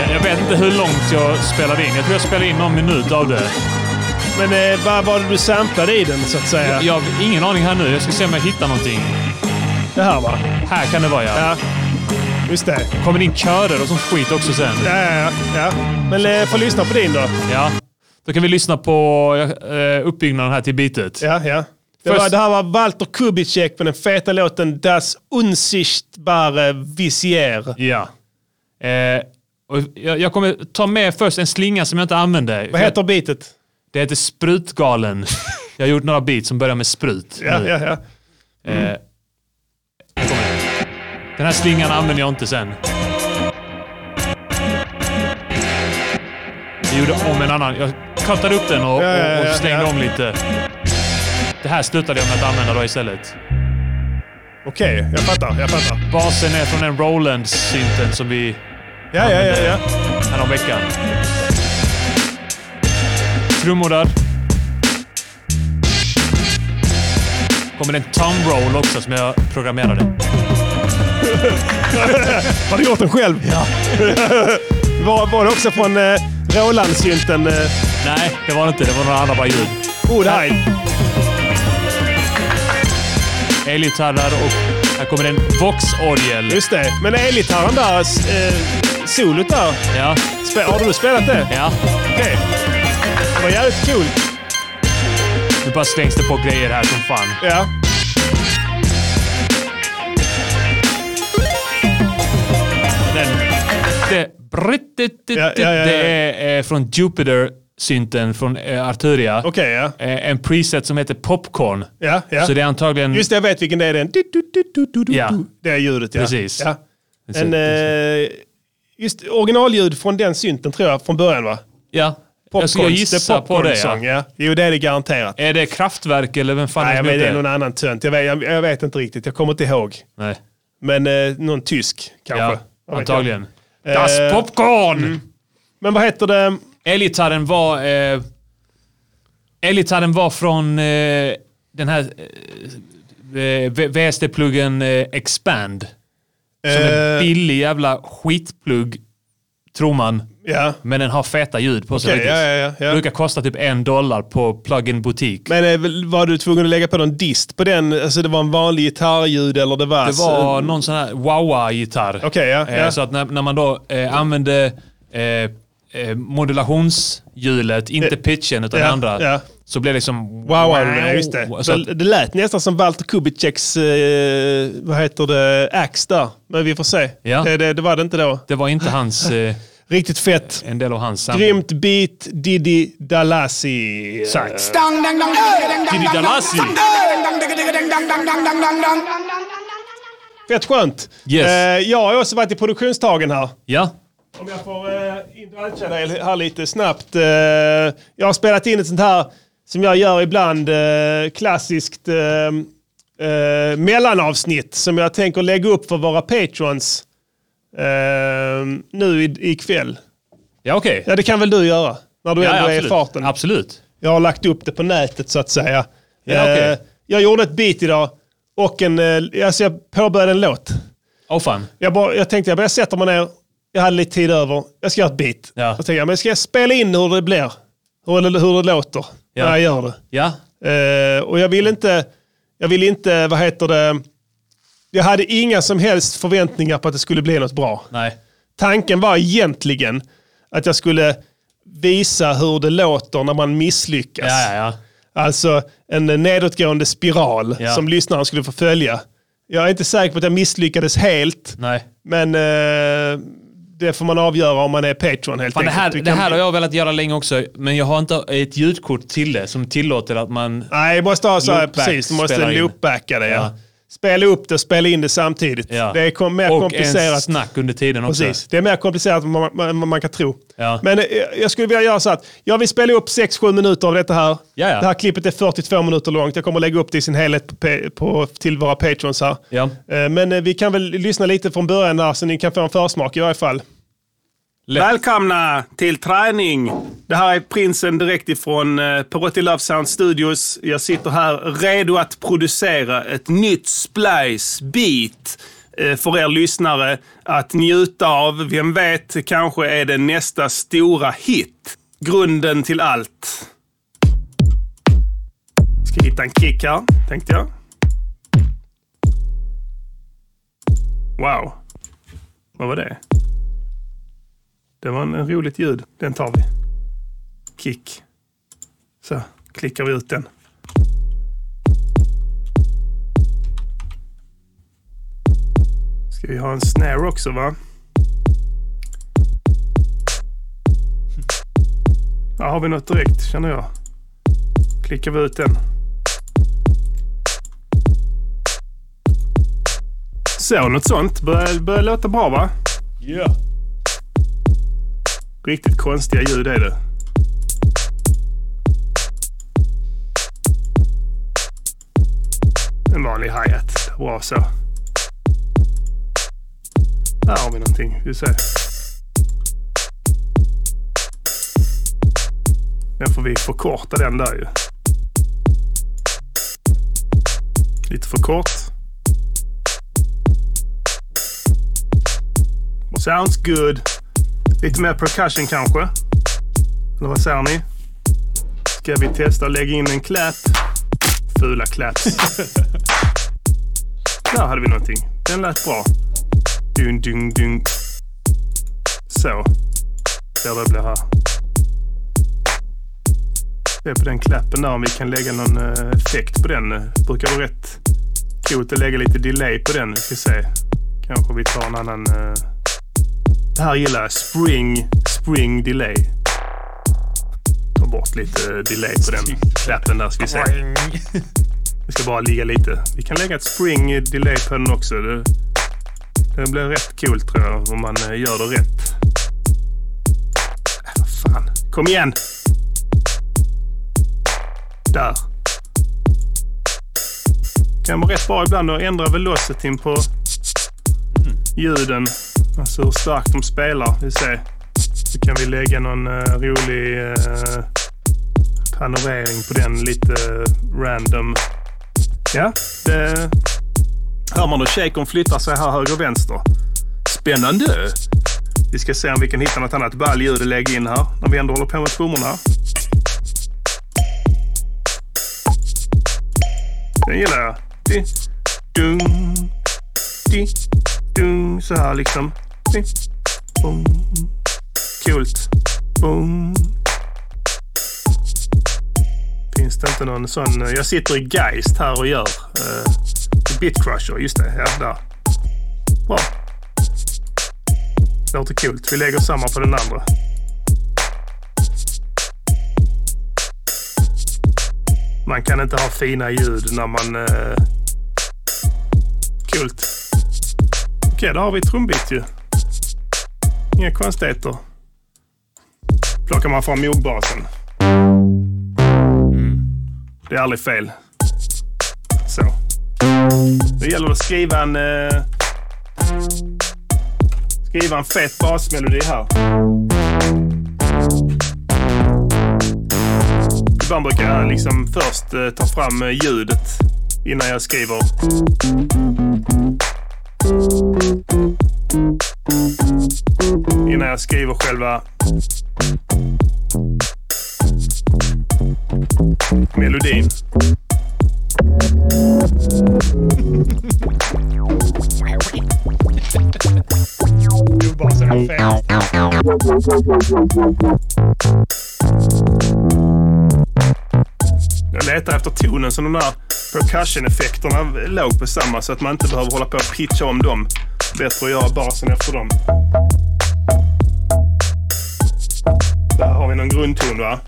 Jag- Jag vet inte hur långt jag spelade in. Jag tror jag spelade in någon minut av det. Men eh, vad var det du samplade i den, så att säga? Jag har ingen aning här nu. Jag ska se om jag hittar någonting. Det här, va? Här kan det vara ja. Ja. Just det. Kommer det in körer och sånt skit också sen. Ja, ja, ja, ja. Men eh, få lyssna på din då. Ja. Då kan vi lyssna på eh, uppbyggnaden här till bitet. Ja, ja. Det, Först- var, det här var Walter Kubicek med den feta låten Das Unsichtbare Visier. Ja. Eh, och jag, jag kommer ta med först en slinga som jag inte använde. Vad heter bitet? Det heter Sprutgalen. jag har gjort några beats som börjar med sprut. Ja, nu. ja, ja. Eh, här kommer den. den här slingan använder jag inte sen. Jag gjorde om en annan. Jag cuttade upp den och, Ja, ja, och, ja, och slängde ja. om lite. Det här slutade jag med att använda då istället. Okej, jag fattar. Jag fattar. Basen är från den Roland-synten som vi Ja, ja, ja. ja. häromveckan. Trummor där. Kommer det en thumb roll också som jag programmerade. Har du gjort den själv? Ja. *laughs* var, var det också från eh, Roland-synten? Eh, Nej, det var det inte. Det var några andra bara ljud. oh, det här är... Elgitarrer och här kommer en Vox-orgel. Just det. Men elgitarren där, s- eh, solot där. Ja, Spe- har du spelat det? ja. Okej. Det var jävligt kul. Nu bara slängs det på grejer här som fan. Ja. Den, det, britt- det- det- Ja, ja, ja, ja. det är eh, från Jupiter-synten från eh, Arturia. Okej, ja. Eh, en preset som heter Popcorn. Ja, ja. Så det är antagligen... Just det, jag vet vilken det är. Den. Du, du, du, du, du, du, Ja. du. Det är ljudet, ja. Precis. Ja. Precis, En, eh, just originalljud från den synten tror jag, från början va? ja. jag Popcorns- skulle gissa på det. popcorn-sång, Ja. ja. Jo, det är det garanterat. Är det kraftverk eller vem fan Nej, har men gjort det är någon annan tönt. Jag vet, jag, jag vet inte riktigt. Jag kommer inte ihåg. Nej. Men eh, någon tysk kanske. Vad Ja, vet jag. antagligen. Eh, mm. Das Popcorn! Men vad heter det? Elgitarren var... Eh, Elgitarren var från eh, den här eh, eh, V- VST-pluggen eh, Expand. Som en Eh, billig jävla skitplugg, tror man. Ja. Men den har feta ljud på sig Okej, faktiskt. ja, ja, ja, ja. Brukar kosta typ en dollar på plug-in butik. Men eh, väl- var du tvungen att lägga på någon dist på den? Alltså det var en vanlig gitarrljud eller det var... alltså- Det var någon sån här Wawa-gitarr. Okej, ja, Eh, ja. Så att när, när man då eh, använde eh, eh, modulationshjulet, inte Ja. pitchen utan Eh, Ja, det andra, ja. så blev det liksom... Wow, wow, nej, just det. Så Så, att, det lät nästan som Walter Kubiceks, eh, vad heter det, ax där. Men vi får se. Ja. Det, det, det var det inte då. det var *laughs* inte hans, eh, Riktigt fett. en del av hans sample. Grymt beat, Didi Dalasi. Exakt. Didi Dalasi. Fett skönt. Yes. Eh, jag har också varit i produktionstagen här. Ja, Om jag får eh, indulgera dig här lite snabbt. Eh, jag har spelat in ett sånt här som jag gör ibland, eh, klassiskt eh, eh, mellanavsnitt som jag tänker lägga upp för våra patrons eh, nu i- ikväll. ja okej. Ja, det kan väl du göra? När du ändå är i absolut. farten. absolut. Jag har lagt upp det på nätet så att säga. Ja, okej. Eh, jag gjorde ett beat idag och en, eh, alltså jag påbörjade en låt. Åh fan. Jag, bara, jag tänkte jag bara sätter mig ner, jag hade lite tid över, jag ska göra ett beat. Ja. Och tänkte jag, men ska jag spela in hur det blir? Hur det, hur det låter Ja. när jag gör det? Ja, Eh, och jag vill inte, jag vill inte, vad heter det, jag hade inga som helst förväntningar på att det skulle bli något bra. nej. Tanken var egentligen att jag skulle visa hur det låter när man misslyckas. Ja, ja, ja. Alltså en nedåtgående spiral Ja. som lyssnaren skulle få följa. Jag är inte säker på att jag misslyckades helt, Nej. men eh, det får man avgöra om man är Patreon helt Fan, det, enkelt. här, Vi det kan- här har jag velat göra länge också, men jag har inte ett ljudkort till det som tillåter att man... Nej, jag måste ha så här, Loopback precis. Du måste spelar in. loopbacka det. Ja. Ja. Spela upp det och spela in det samtidigt. Ja. Det är kom, mer och en komplicerat. snack under tiden också. Precis. Det är mer komplicerat än vad man, än vad man kan tro. Ja. Men eh, jag skulle vilja göra så att jag vill spela upp 6-7 minuter av detta här. Jaja. Det här klippet är 42 minuter långt. Jag kommer lägga upp det i sin helhet på, pa- på, till våra patrons här. Ja. Eh, Men eh, vi kan väl lyssna lite från början där så ni kan få en försmak i varje fall. Välkomna till träning. Det här är prinsen direkt ifrån eh, Perotti Love Sound Studios. Jag sitter här redo att producera ett nytt splice beat eh, för er lyssnare att njuta av. Vem vet, kanske är det nästa stora hit. Grunden till allt. Ska hitta en kick här, tänkte jag. Wow. Vad var det? Det var en, en roligt ljud. Den tar vi. Kick. Så klickar vi ut den. Ska vi ha en snare också va? Ja, har vi något direkt känner jag. Klickar vi ut den. Så, något sånt. Börjar börjar låta bra va? Ja. Riktigt konstiga ljud är det. En vanlig hi-hat. Bra så. Här har vi någonting. Vi ser. Den får vi förkorta den där ju. Lite för kort. Sounds good. Lite mer percussion kanske. Eller vad säger ni? Ska vi testa att lägga in en clap? Fula claps. Där hade vi någonting. Den lät bra. Dun, dun, dun. Så. Där det blir här. Det är på den klappen där om vi kan lägga någon eh, effekt på den. eh, Brukar vara rätt coolt att lägga lite delay på den. Vi ska se. Kanske vi tar en annan... eh, det här gillar jag. Spring, spring delay. Ta bort lite eh, delay på den klappen där ska vi se. Det ska bara ligga lite. Vi kan lägga ett spring eh, delay på den också. Det, det blir rätt kul tror jag om man eh, gör det rätt. Äh, vad fan. Kom igen! Där. Kan vara rätt bra ibland att ändra velocityn på ljuden. Alltså hur starkt de spelar. Vi ser. Så kan vi lägga någon eh, rolig eh, panorering på den lite eh, random. Ja, det hör man då shakern flyttar sig här höger och vänster. Spännande! Vi ska se om vi kan hitta något annat ball ljud att lägga in här när vi ändå håller på med trummorna. Den gillar jag. Di, dung, di, dung, så här liksom. Di, bom. Coolt. Bom. Finns det inte någon sån? Jag sitter i Geist här och gör uh, Bitcrusher. Just det, ja där. Bra. Låter kul. Vi lägger samma på den andra. Man kan inte ha fina ljud när man... Uh... Kul. Okej, då har vi trumbeat ju. Inga konstigheter. Plockar man fram mogbasen. Det är aldrig fel. Så. Det gäller att skriva en... Eh... Skriva en fet basmelodi här. Ibland brukar jag liksom först eh, ta fram eh, ljudet innan jag skriver. Innan jag skriver själva melodin. Jag letar efter tonen så de där percussion-effekterna låg på samma så att man inte behöver hålla på och pitcha om dem. Bättre att göra basen efter dem. Där har vi någon grundton va?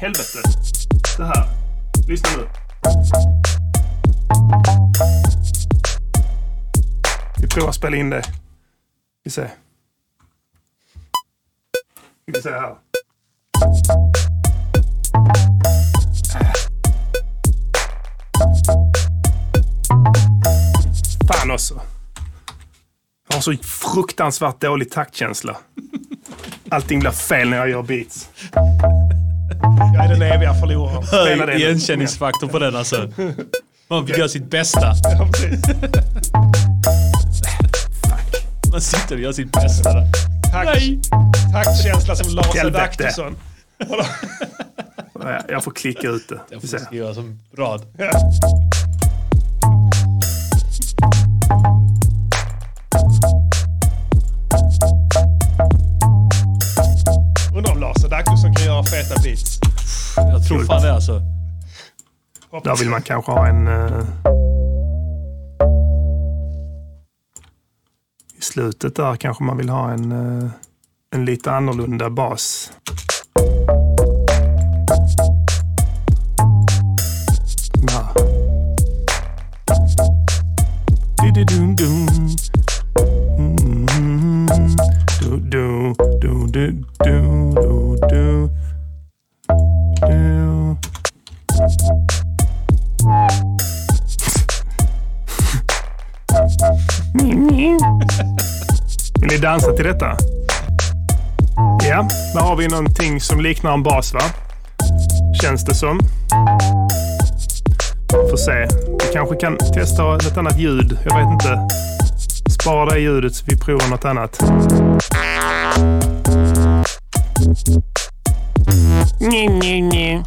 helvete. Det här. Lyssna nu. Vi provar att spela in det. Vi ser. Vi ser här. Fan också. Jag har så fruktansvärt dålig taktkänsla. Allting blir fel när jag gör beats. Jag är den eviga förloraren. Spela Hög den. igenkänningsfaktor på den alltså. Man fick göra sitt bästa. Man sitter och gör sitt bästa. där. Tack. Taktkänsla som Lars Helvete. Adaktusson. Ja, Jag får klicka ut det. Jag får skriva som rad. Undrar om Lars Adaktusson kan göra feta beats. Jag tror fan det alltså. Där vill man kanske ha en... eh, I slutet där kanske man vill ha en, eh, en lite annorlunda bas. Ja. Dididum-dum. Mm. Du, du, du, du, du, du, du. Du. Vill ni dansa till detta? Ja, där har vi någonting som liknar en bas va? Känns det som. Får se. Vi kanske kan testa ett annat ljud. Jag vet inte. Spara det ljudet så vi provar något annat. Nj, nj, nj.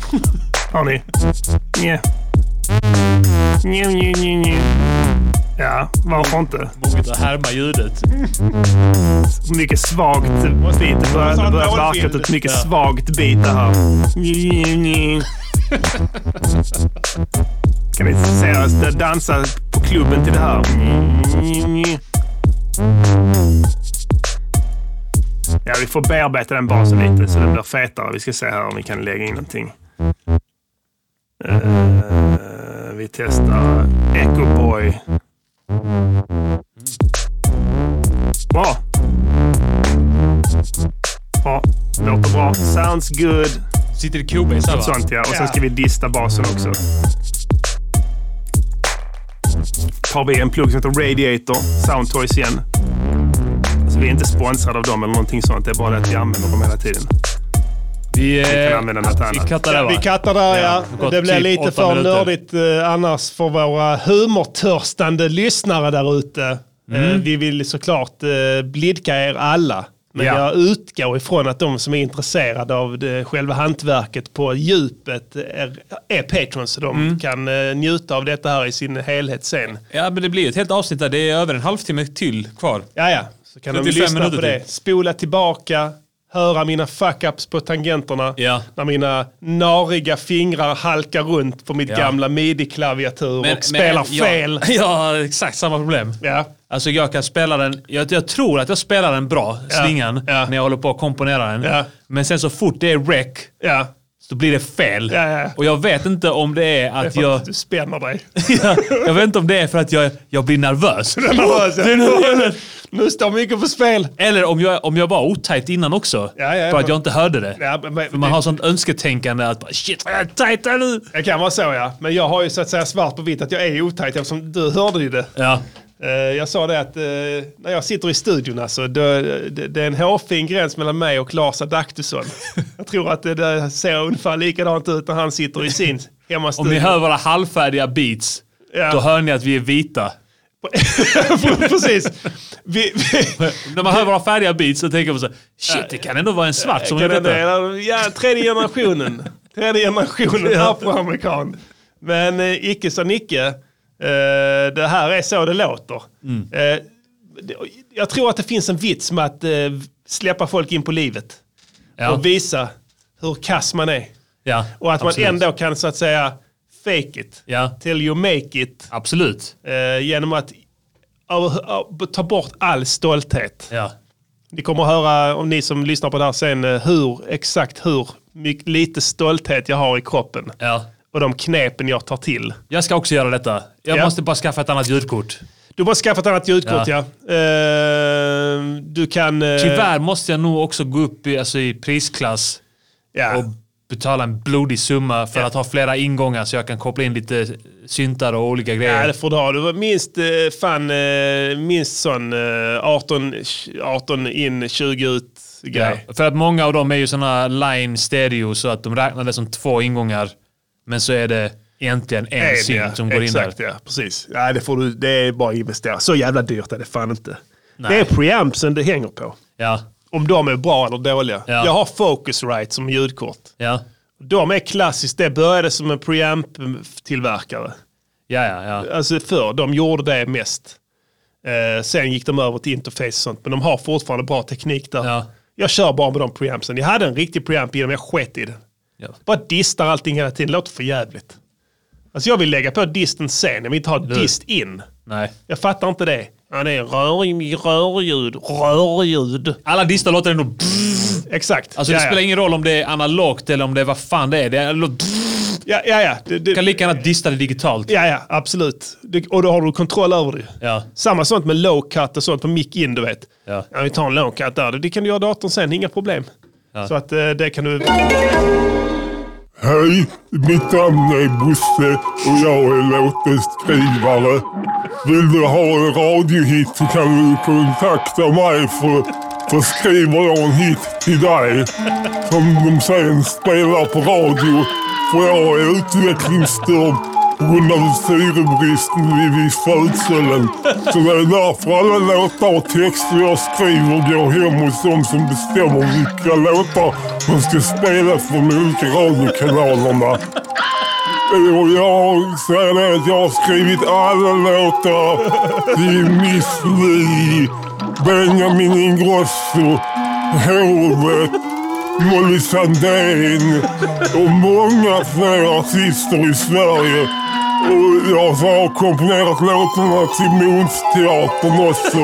Har ni? Nj. Nj, nj, nj, nj. Ja, varför inte? Moget att härma ljudet. Mycket svagt beat. Det börjar, det börjar barka åt ett mycket svagt beat det här. Kan ni se oss där dansa på klubben till det här? Ja, vi får bearbeta den basen lite så den blir fetare. Vi ska se här om vi kan lägga in någonting. Eh, vi testar Echo Boy. Bra. Bra. Låter bra. Sounds good. Sitter i Cubase här va? Något sånt ja. Och sen ska vi dista basen också. Tar vi en plugg som heter Radiator. Soundtoys igen. Alltså, vi är inte sponsrade av dem eller någonting sånt. Det är bara det att vi använder dem hela tiden. Vi, kan använda något annat. Ja, vi kattar där ja. gått Det blir typ lite åtta för minuter. nördigt eh, annars för våra humortörstande lyssnare där ute. Mm. Eh, vi vill såklart eh, blidka er alla. Men Ja. jag utgår ifrån att de som är intresserade av det, själva hantverket på djupet är, är patrons. Så de Mm. kan eh, njuta av detta här i sin helhet sen. Ja men det blir ett helt avsnitt där. Det är över en halvtimme till kvar. Ja, ja. Så kan de 35 lyssna på minuter det. till. Spola tillbaka, höra mina fuck-ups på tangenterna. Ja. När mina nariga fingrar halkar runt på mitt Ja. gamla midi-klaviatur och spelar *laughs* ja, fel. Jag har exakt samma problem. Ja. Alltså jag kan spela den, jag, jag tror att jag spelar den bra, Ja. slingan, när jag håller på att komponera den. Ja. Men sen så fort det är rec, så blir det fel. Ja, ja. Och jag vet inte om det är Det är att för jag... att Du spänner dig. *laughs* ja, jag vet inte om det är för att jag, jag *laughs* blir nervös. är nervös, ja. Det är nervös. Alltså. Nu står mycket på spel. Eller om jag, om jag var otajt innan också. Ja, ja, för att men- jag inte hörde det. Ja, men- men- för man har sånt önsketänkande att bara, shit vad jag är tajt här nu. Det kan vara så ja. Men jag har ju så att säga svart på vitt att jag är otajt eftersom du hörde ju det. Ja. Eh, Jag sa det att eh, när jag sitter i studion alltså, det, det, det är en hårfin gräns mellan mig och Lars Adaktusson. *laughs* Jag tror att det, det ser ungefär likadant ut när han sitter i sin Om hemmastudio. ni hör våra halvfärdiga beats, Ja. då hör ni att vi är vita. *laughs* Precis. Vi, vi, När man hör våra färdiga beats så tänker man så här, shit det kan ändå vara en svart som kan gör den detta. delen- ja, tredje generationen. tredje generationen Ja. afroamerikan. Men eh, icke sa Nicke. Eh, det här är så det låter. Mm. Eh, det- jag tror att det finns en vits med att eh, släppa folk in på livet. Ja. Och visa hur kass man är. Ja, Och att absolut. man ändå kan så att säga fake it Ja, till you make it. absolut. Eh, genom att av- av- ta bort all stolthet. Ja. Ni kommer att höra, om ni som lyssnar på det här sen, eh, hur, exakt hur mycket, lite stolthet jag har i kroppen. Och de knepen jag tar till. Jag ska också göra detta. Jag Ja. Eh. måste bara skaffa ett annat ljudkort. Du har skaffat ett annat ljudkort ja. Ja. Eh, du kan... eh, Tyvärr måste jag nog också gå upp i, alltså, i prisklass och betala en blodig summa för att ha flera ingångar så jag kan koppla in lite syntar och olika grejer. Ja, det får du ha. Du var minst, eh, fan, eh, minst sån eh, 18, 18 in, 20 ut grej. Ja, För att många av dem är ju sådana line stereo så att de räknar det som två ingångar. Men så är det egentligen Är en det, synt som går in där. Exakt ja, precis. Ja, det, får du, det är bara att investera. Så jävla dyrt är det fan inte. Nej. Det är preampsen det hänger på. Ja. Om de är bra eller dåliga. Ja. Jag har Focusrite som ljudkort. Ja. De är klassiskt. Det började som en preamp-tillverkare. Ja, ja, ja. Alltså förr, de gjorde det mest. Eh, sen gick de över till interface och sånt, men de har fortfarande bra teknik där. Jag kör bara med de preampsen. Jag hade en riktig preamp innan, men jag sket i den. Ja. Bara distar allting hela tiden, låter för jävligt. Alltså jag vill lägga på disten sen, jag vill inte ha dist in. Nej. Jag fattar inte det. Ja, det är rör, rörljud, rörljud. Alla distar låter ändå... Exakt. Alltså det Ja, ja. spelar ingen roll om det är analogt eller om det är vad fan det är. Det är ja, ja, ja. Du, kan lika gärna dista det digitalt. Ja, ja, absolut. Det- Och då har du kontroll över det. Ja. Samma sånt med low cut och sånt på mic in, du vet. Ja. vi tar en low cut där. Det kan du göra i datorn sen, inga problem. Ja. Så att eh, det kan du... Hej, mitt namn är Bosse och jag är låteskrivare. Vill du ha en radiohit så kan du kontakta mig för, för skriver jag en hit till dig som de sen spelar på radio. För jag är utvecklingsstörd på grund av syrebrist vid födseln. Så det är därför alla låtar och texter jag skriver går hem hos de som bestämmer vilka låtar man ska spela från de olika radiokanalerna. Och jag säger det att jag har skrivit alla låtar till Miss Li, Benjamin Ingrosso, Hovet, Molly Sandén och många fler artister i Sverige. Och jag har komponerat låtarna till Månsteatern också.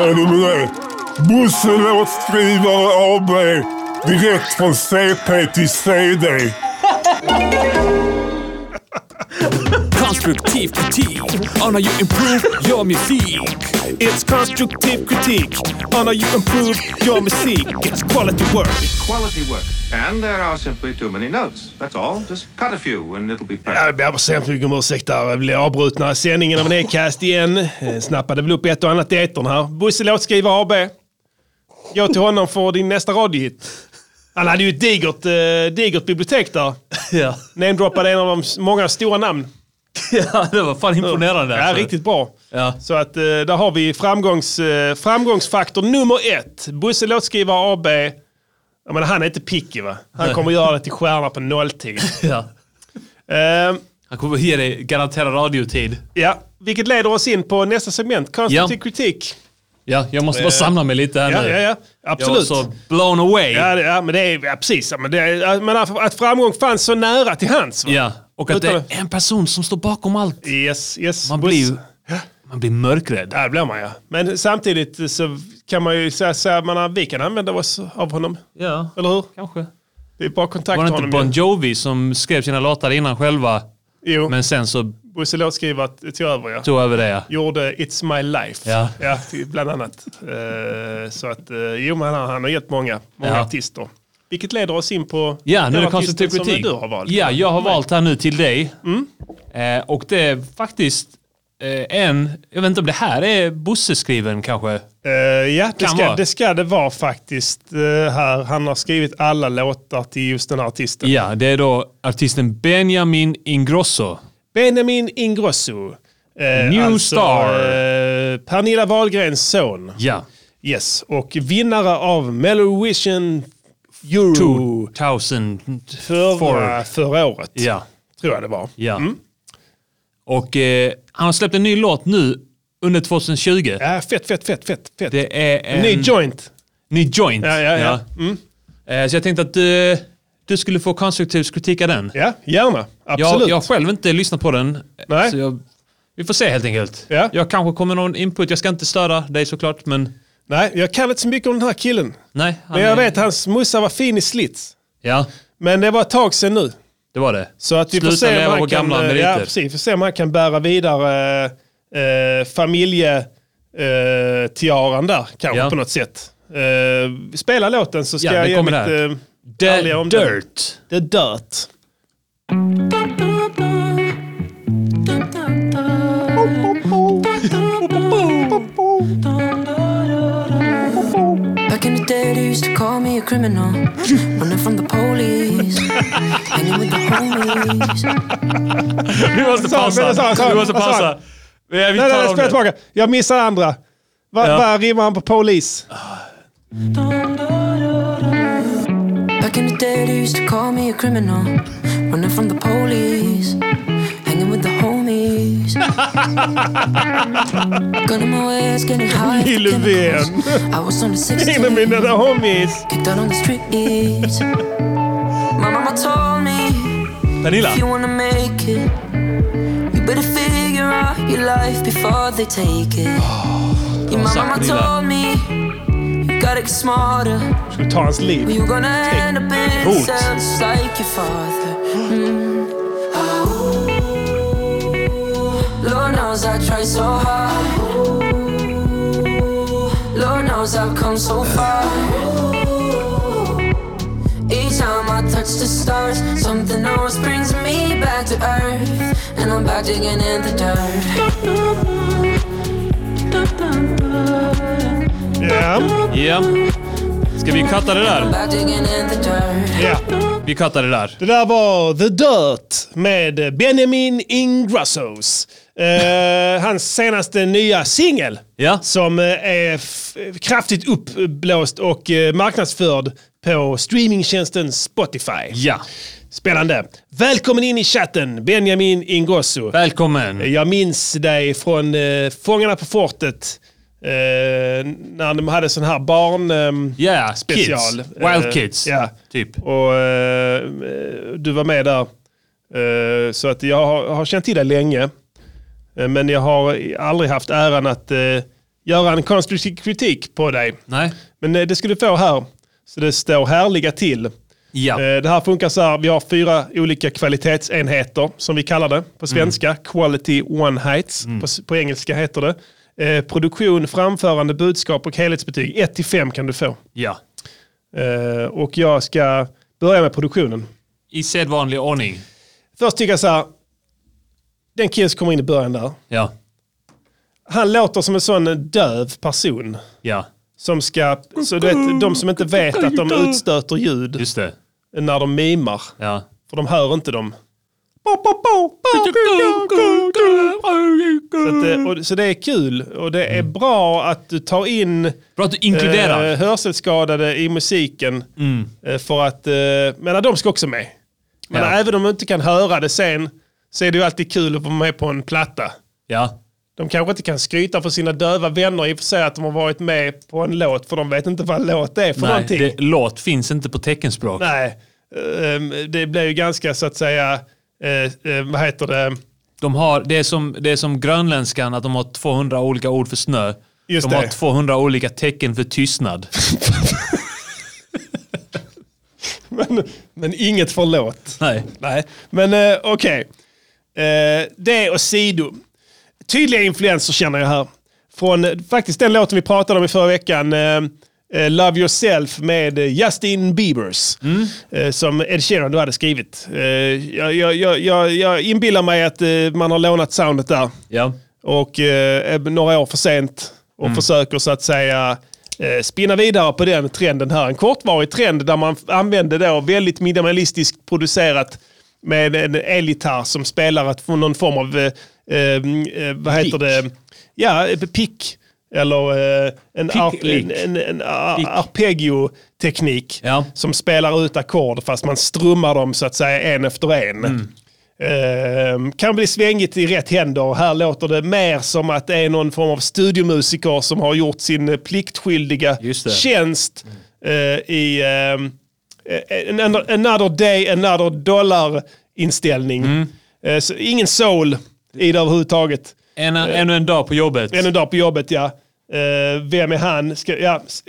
Är du med det? Bosse Låtskrivare AB. Direkt från CP till CD. Constructive critique on how you improve your music. It's constructive critique on how you improve your music. It's quality work. Quality work. And there are simply too many notes. That's all. Just cut a few and it'll be perfect. Jag ber så hemskt mycket om ursäkt där. Jag blev avbrutna i sändningen av en e-cast igen. Eh, Snappade väl upp ett och annat i etern här. Bosse Låtskrivare AB. Gå till honom för din nästa radiohit. Han hade ju ett digert, eh, digert bibliotek där. Ja. *laughs* Namedroppade en av de s- många stora namn. Ja, det var fan imponerande. Ja, alltså. riktigt bra. Ja. Så att eh, där har vi framgångs, eh, framgångsfaktor nummer ett. Bosse Låtskrivare AB. Jag menar, han är inte picky va? Han kommer göra det till stjärna på nolltid. Ja. Han kommer ge dig garanterad radiotid. Eh, Ja, vilket leder oss in på nästa segment, konstruktiv Ja. kritik. Ja, jag måste bara Eh, samla mig lite här ja, nu. ja, ja. Jag var Absolut. så blown away. Ja, det, ja men det är ja, precis. Ja, Men, det är, ja, men att att framgång fanns så nära till hans. Va? Ja, och att det är en person som står bakom allt. Yes, yes. Man blir ju- Man blir mörkrädd. Ja, det blir man ja. Men samtidigt så kan man ju säga så här, man har, vi kan använda oss av honom. Ja, Eller hur? kanske. Det är bara att kontakta Var det honom. inte Bon ju. Jovi som skrev sina låtar innan själva? Jo. Men sen så Bosse låtskrivare tog över ja. tog över det ja. Gjorde It's My Life. Ja. till- bland annat. Eh, så att, eh, jo men han, han har gett många, många Ja. artister. Vilket leder oss in på Ja, nu den är det artisten konstruktiv som kritik. du har valt. Mm. Ja, jag har valt här nu till dig. Eh, och det är faktiskt eh, en, jag vet inte om det här är Bosse-skriven kanske? Eh, ja, det Kan ska, vara. det ska det vara faktiskt eh, här. Han har skrivit alla låtar till just den här artisten. Ja, det är då artisten Benjamin Ingrosso. Benjamin Ingrosso. Eh, New alltså, Star. eh, Pernilla Wahlgrens son. Ja. Yes, och vinnare av Mellovision Euro 2004. förra, förra året. Ja. Tror jag det var. Ja. Och eh, han har släppt en ny låt nu under 2020. Ja, Äh, fett, fett, fett, fett. fett. Det är en... Ny joint. Ny joint. Ja, ja, Mm. ja. Eh, så jag tänkte att du, du skulle få konstruktiv kritik av den. Ja, gärna. Jag, Absolut. jag har själv inte lyssnat på den. Nej. Så jag, vi får se helt enkelt. Ja. Jag kanske kommer någon input. Jag ska inte störa dig såklart, men... Nej, jag kan inte så mycket om den här killen. Nej, han Men jag är- vet, hans morsa var fin i slits. Ja. Men det var ett tag sedan nu. Det var det. Så att vi får Sluta se, om leva på han kan, gamla eh, meriter. ja, precis, vi får se om han kan bära vidare eh, familjetiaran där kanske Ja. på något sätt. Eh, spela låten så ska Ja, jag den ge kommer mitt här. eh, The ärliga omdöme. Dirt. The Dirt. Back in the day, they used to call me a criminal. Running from the police. Hanging with the homies. Vi måste pausa. Vi måste pausa. Nej, Vi nej, tar nej, om spela det. tillbaka. Jag missar andra. Vad Ja. vad rimmar han på polis? Back in the day, they used to call me a criminal. Running from the police. Hanging with the *laughs* homies. Gun in my waist, getting high. off the Lille chemicals. vän. I was on the In of 16. mina homies. Kicked out on the streets. My mama told me. Pernilla. If you wanna make it, you better figure out your life before they take it. your bra mama sagt, Nilla. told me you gotta get smarter. Ska vi ta hans liv? Well, you're gonna end up in Hot. cells just like your father. Mm. Ooh. Lord knows I try so hard. Ooh. Lord knows I've come so far. Ooh. Each time I touch the stars, something always brings me back to earth, and I'm back digging in the dirt. Ja. Ska vi katta det där? Back digging in the dirt. Vi kattar det där. Det där var The Dirt med Benjamin Ingrassos. Eh, hans senaste nya singel. Som eh, är f- kraftigt uppblåst och eh, marknadsförd på streamingtjänsten Spotify. Ja. Spännande. Välkommen in i chatten, Benjamin Ingrosso. Välkommen. Jag minns dig från eh, Fångarna på fortet. eh, när de hade sån här barn... ehm, Yeah, special. Kids. Wild Eh, Kids. Ja. Typ. Och eh, du var med där. Eh, så att jag har, har känt till dig länge. Eh, men jag har aldrig haft äran att eh, göra en konstruktiv kritik på dig. Nej. Men eh, det skulle du få här. Så det står härliga till. Ja. Eh, det här funkar så här. Vi har fyra olika kvalitetsenheter som vi kallar det på svenska. Quality One Heights. På, s- på engelska heter det. Eh, produktion, framförande, budskap och helhetsbetyg. 1-5 kan du få. Ja. Eh, och jag ska börja med produktionen. I sedvanlig ordning. Först tycker jag så här. Den killen som kommer in i början där. Ja. Han låter som en sån döv person. Ja. Som ska, så du vet, de som inte vet att de utstöter ljud. Just det. När de mimar. Ja. För de hör inte dem. Så, att, eh, och, så det är kul och det är bra att du tar in eh, bra att du inkluderar. hörselskadade i musiken. Eh, För att, eh, menar de ska också med. Men Ja. även om de inte kan höra det sen så är det ju alltid kul att vara med på en platta. Ja. De kanske inte kan skryta för sina döva vänner i och för sig att de har varit med på en låt för de vet inte vad en låt är för Nej, någonting. det, låt finns inte på teckenspråk. Nej, ehm, det blir ju ganska så att säga, eh, eh, vad heter det? *laughs* De har, det, är som, det är som grönländskan, att de har 200 olika ord för snö. Just de har det. 200 olika tecken för tystnad. Men, men inget för låt. Nej. Nej. Men eh, okej, eh, det och sido. Tydliga influenser känner jag här. Från eh, faktiskt den låten vi pratade om i förra veckan, eh, eh, Love Yourself med eh, Justin Biebers. Eh, som Ed Sheeran du hade skrivit. Eh, jag, jag, jag, jag, jag inbillar mig att eh, man har lånat soundet där. Ja. Och eh, är några år för sent och Mm. försöker så att säga eh, spinna vidare på den trenden här. En kortvarig trend där man f- använde då väldigt minimalistiskt producerat med en elgitarr som spelar att få någon form av, eh, eh, vad heter det, ja, eh, pick. Eller eh, en, Pick arp, lick. en, en, en a- arpeggio-teknik som spelar ut ackord fast man strummar dem så att säga en efter en. Mm. Ehm, kan bli svängigt i rätt händer. Här låter det mer som att det är någon form av studiomusiker som har gjort sin eh, pliktskyldiga det. tjänst eh, i ehm, eh, another, another day, another dollar inställning. Eh, så ingen soul i det överhuvudtaget. Eh. En, ännu en dag på jobbet. Ännu en dag på jobbet, ja. Eh, vem är han? Ska, ja, s-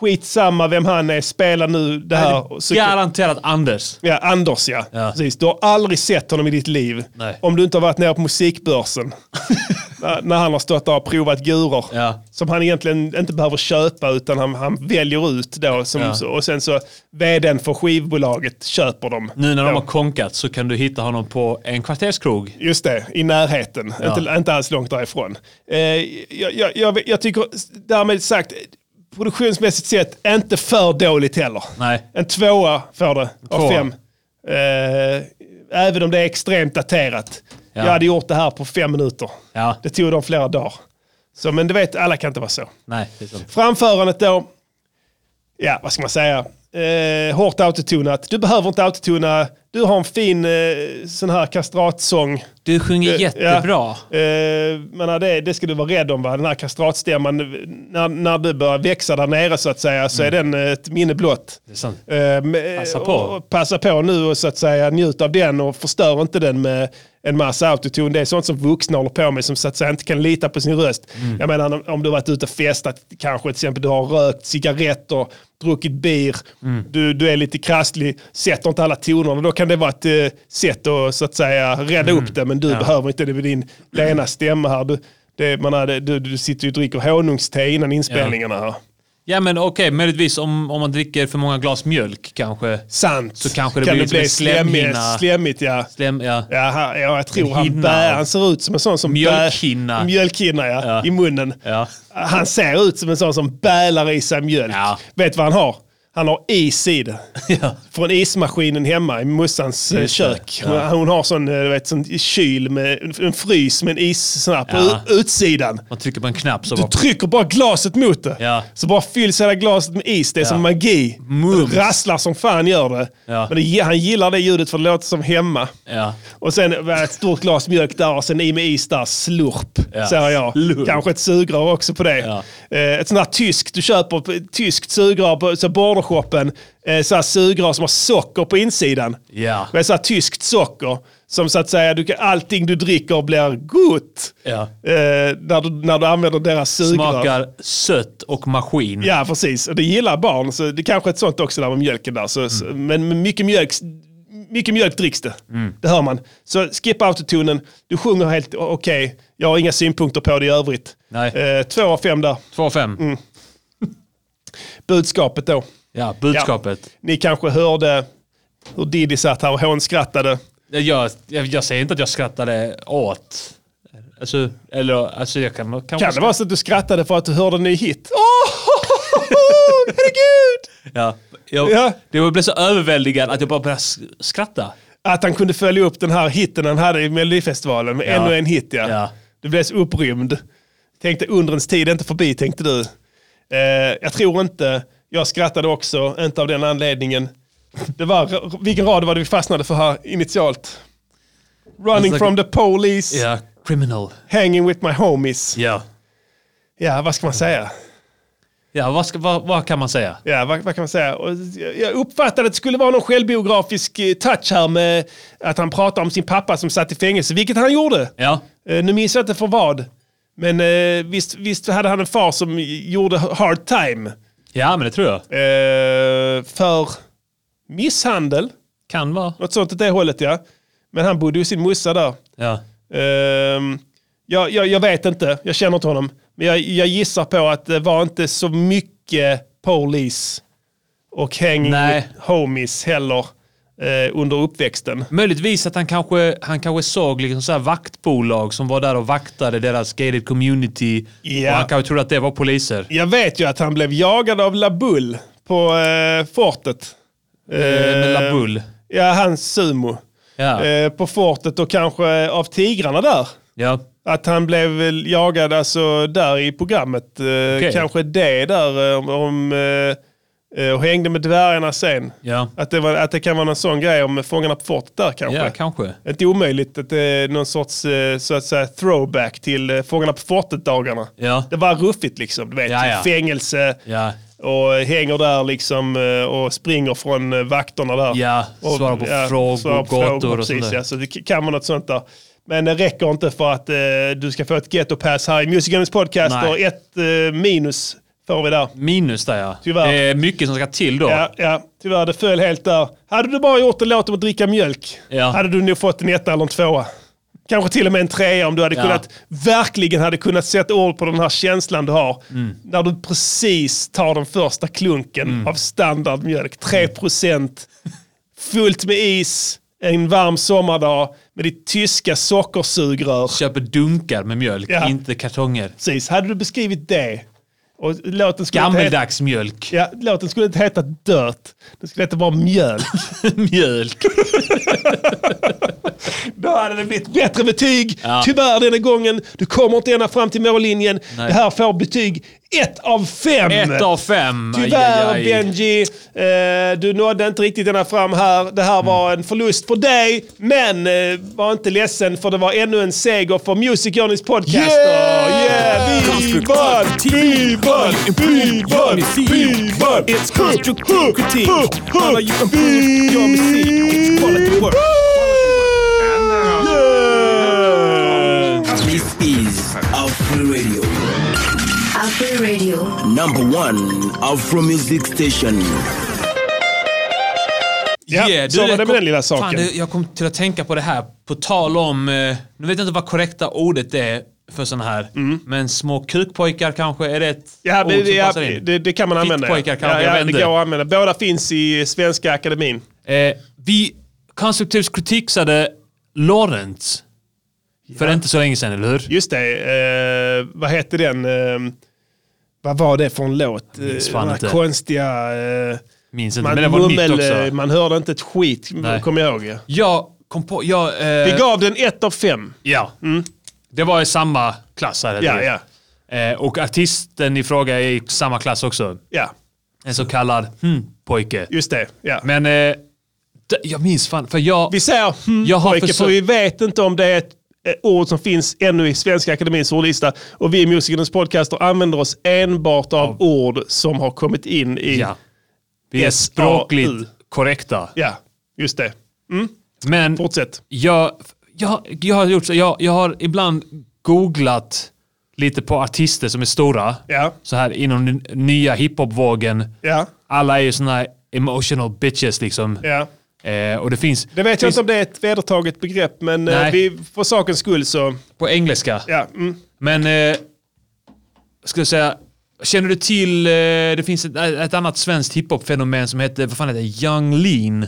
skit, samma vem han är. Spela nu det Nej, här. det är och så- Garanterat Anders. Ja, Anders ja. Precis. Du har aldrig sett honom i ditt liv. Nej. Om du inte har varit nere på *laughs* musikbörsen. när, när han har stått där och provat guror. Som han egentligen inte behöver köpa utan han, han väljer ut då. Som, Ja. så, och sen så vdn för skivbolaget köper dem. Nu när då. de har konkat så kan du hitta honom på en kvarterskrog. Just det, i närheten. Ja. Inte, inte alls långt därifrån. Eh, jag, jag, jag, jag tycker, därmed sagt, produktionsmässigt sett, inte för dåligt heller. Nej. En tvåa får det av Tvåa. fem. Eh, även om det är extremt daterat. Ja. Jag hade gjort det här på fem minuter. Det tog dem flera dagar. Så, men du vet, alla kan inte vara så. Nej, det är sant. Framförandet då. Ja, vad ska man säga? Eh, hårt autotunat. Du behöver inte autotuna. Du har en fin eh, sån här kastratsång. Du sjunger Eh, jättebra. Ja. Eh, men det, det ska du vara rädd om, va? den här kastratstämman. När, när du börjar växa där nere så att säga så är den eh, ett minne blott. Mm. Det Ehm, är sant. Passa eh, på. Och, och passa på nu och så att säga njut av den och förstör inte den med en massa autotune. Det är sånt som vuxna håller på med som så att säga inte kan lita på sin röst. Mm. Jag menar om- om du har varit ute och festat kanske till exempel du har rökt cigaretter, druckit bir, Mm. du, du är lite krasslig, sätter inte alla tonerna. Då kan det vara ett eh, sätt att så att säga rädda Mm. upp det men du Ja. behöver inte det med din lena stämma här. Du, det, man hade, du, du sitter ju och dricker honungste innan inspelningarna. Här. Ja men okej, möjligtvis om, om man dricker för många glas mjölk kanske. Sant. Så kanske det Kan blir det bli liksom en slemmigt- slemhinna. slemmigt, ja. Slem, ja. Ja, han- ja, jag tror En han, hinna. bär, han ser ut som en sån som... Mjölkhinna. bär- Mjölkhinna, ja, I munnen. Han ser ut som en sån som bälar i sig mjölk. Vet du vad han har? Han har is i *laughs* det. Från ismaskinen hemma i mossans eh, Just det, kök. ja. Hon- Hon har sån, eh, du vet, sån kyl med en- en frys med en issnapp på Ja. u- utsidan. Man trycker på en knapp så Du bara... trycker bara glaset mot det. Så bara fylls hela glaset med is. Det är Ja. som magi. Mums. Det rasslar som fan gör det. Ja. Men det, han gillar det ljudet för det låter som hemma. Ja. Och sen var det ett stort glas mjölk där och sen i med is där. Slurp, Ja. säger jag. Kanske ett sugrör också på det. Eh, ett sånt här tyskt, du köper på- ett tyskt sugrör på så bordershopen. Eh, så här sugrör som har socker på insidan. Ja. Med så här tyskt socker. Som så att säga, du kan, allting du dricker blir gott. Ja. Eh, när, du, när du använder deras sugrör. Smakar sött och maskin. Ja, precis. Och det gillar barn. Så det kanske är ett sånt också där med mjölken där. Så, så, Mm. men men mycket mjölk, mycket mjölk dricks det. Det hör man. Så skippa autotunen. Du sjunger helt o- okej. Jag har inga synpunkter på det i övrigt. Eh, två av fem där. Två av fem. Mm. Budskapet då. Ja, budskapet. Ja. Ni kanske hörde hur Diddy satt här och hånskrattade. Jag, jag, jag säger inte att jag skrattade åt. Alltså, eller alltså jag kan kanske... Kan det vara så att du skrattade för att du hörde en ny *laughs* hit? Ja. Jag, Jag blev så överväldigad att jag bara började sk- skratta. Att han kunde följa upp den här hitten han hade i Melodifestivalen med Ja. ännu en hit. Ja. Du blev så upprymd. Tänkte undrens tid är inte förbi, tänkte du. Eh, jag tror inte. Jag skrattade också, inte av den anledningen. Det var, vilken rad var det vi fastnade för här initialt? Running Alltså, from the police, Ja, criminal. hanging with my homies. Ja. Ja, vad ska man säga? Ja, vad, ska, vad, vad kan man säga? Ja, vad, vad kan man säga? Och jag- jag uppfattade att det skulle vara någon självbiografisk eh, touch här med att han pratar om sin pappa som satt i fängelse, vilket han gjorde. Ja. Eh, Nu minns jag inte för vad, men eh, visst, visst hade han en far som gjorde hard time. Ja, men det tror jag. Eh, för misshandel. Kan vara. Något sånt åt det hållet ja. Men han bodde ju sin morsa där. Ja. Ehm, jag, jag, jag vet inte, jag känner inte honom. Men jag, jag gissar på att det var inte så mycket police och hanging Nej. with homies heller eh, under uppväxten. Möjligtvis att han kanske, han kanske såg liksom så här vaktbolag som var där och vaktade deras gated community. Ja. Och han kanske trodde att det var poliser. Jag vet ju att han blev jagad av Labull på eh, fortet. Eh, med Labull? Ja, hans sumo. Ja. Eh, på fortet och kanske av tigrarna där. Ja. Att han blev väl jagad alltså där i programmet. Eh, Okej. Kanske det där eh, om, om eh, eh, och hängde med dvärgarna sen. Ja. Att, det var, att det kan vara någon sån grej om Fångarna på fortet där kanske. Ja, kanske. Inte omöjligt att det är någon sorts eh, så att säga, throwback till eh, Fångarna på fortet-dagarna. Ja. Det var ruffigt liksom. Du vet, Ja, ja. fängelse Ja. och hänger där liksom eh, och springer från eh, vakterna där. Ja, och, svarar på frågor, svarar gator och precis, sånt där. ja, så det kan vara något sånt där. Men det räcker inte för att eh, du ska få ett ghetto pass här i Music Games Podcaster. Nej. Ett eh, minus får vi där. Minus där ja. Tyvärr. Det är mycket som ska till då. Ja, ja, tyvärr det föll helt där. Hade du bara gjort en låt om att dricka mjölk Ja. hade du nog fått en etta eller en tvåa. Kanske till och med en trea om du hade Ja. kunnat, verkligen hade kunnat sätta ord på den här känslan du har. Mm. När du precis tar den första klunken av standardmjölk. 3% fullt med is, en varm sommardag med ditt tyska sockersugrör. Köper dunkar med mjölk, Ja. inte kartonger. Precis, hade du beskrivit det och låten skulle inte heta- Gammeldags mjölk. Ja, låten skulle inte heta Dött. Den skulle heta bara Mjölk. mjölk. *laughs* Då hade det blivit bättre betyg. Ja. Tyvärr denna gången. Du kommer inte ända fram till mållinjen. Nej. Det här får betyg 1 av 5. Ett av fem. Tyvärr Aj, aj, aj. Benji, eh, du nådde inte riktigt ända fram här. Det här var Mm. en förlust för dig, men eh, var inte ledsen för det var ännu en seger för Music Journeys podcast. Yeah! vi vann! Vi vann! Vi vann! Vi vann! It's constructive critique. How you improve your music? It's quality work. This is Afro Radio. Afro Radio. Number one Afro music station. Ja, Yeah, så var jag det med kom- den lilla saken. Fan, det- jag kom till att tänka på det här, på tal om, eh, nu vet jag inte vad korrekta ordet är för sådana här, men små kukpojkar kanske är det ett Mm. Ja, ord som det, ja, passar in? det, det kan man använda. Fittpojkar kanske, jag ja, ja, vet det inte. går att använda. Båda finns i Svenska Akademin. Eh, vi konstruktivt kritiksade Lorentz för inte så länge sedan, eller hur? Just det. Eh, vad heter den? Eh, vad var det för en låt? Eh, minns fan den här inte. konstiga... Eh, Minns inte, men det var nytt också. Man hörde inte ett skit, Nej. kommer jag ihåg. Ja. Jag kom på, jag... Eh, Vi gav den ett av fem. Ja. Det var i samma klass här. eller Ja, hur? Eh, och artisten i fråga är i samma klass också. Ja. En så kallad hmm, pojke. Just det. Ja. Men eh, d- jag minns fan, för jag... Vi säger hmm, jag har pojke, försökt- för vi vet inte om det är ett eh, ord som finns ännu i Svenska Akademins ordlista. Och vi i Musikernas podcaster använder oss enbart av ord som har kommit in i Ja. Vi är SAU. språkligt korrekta. Ja, just det. Mm. Men Fortsätt. Jag, jag, jag, har gjort så, jag, jag har ibland googlat lite på artister som är stora. Ja. Så här inom den nya hiphopvågen. Ja. Alla är ju såna här emotional bitches liksom. Ja. Eh, och det finns... Det vet jag finns inte om det är ett vedertaget begrepp, men eh, Nej. vi, för sakens skull så... På engelska. Ja, mm. Men, eh, ska jag säga, känner du till, eh, det finns ett, ett annat svenskt hiphop-fenomen som heter, vad fan heter det, Young Lean?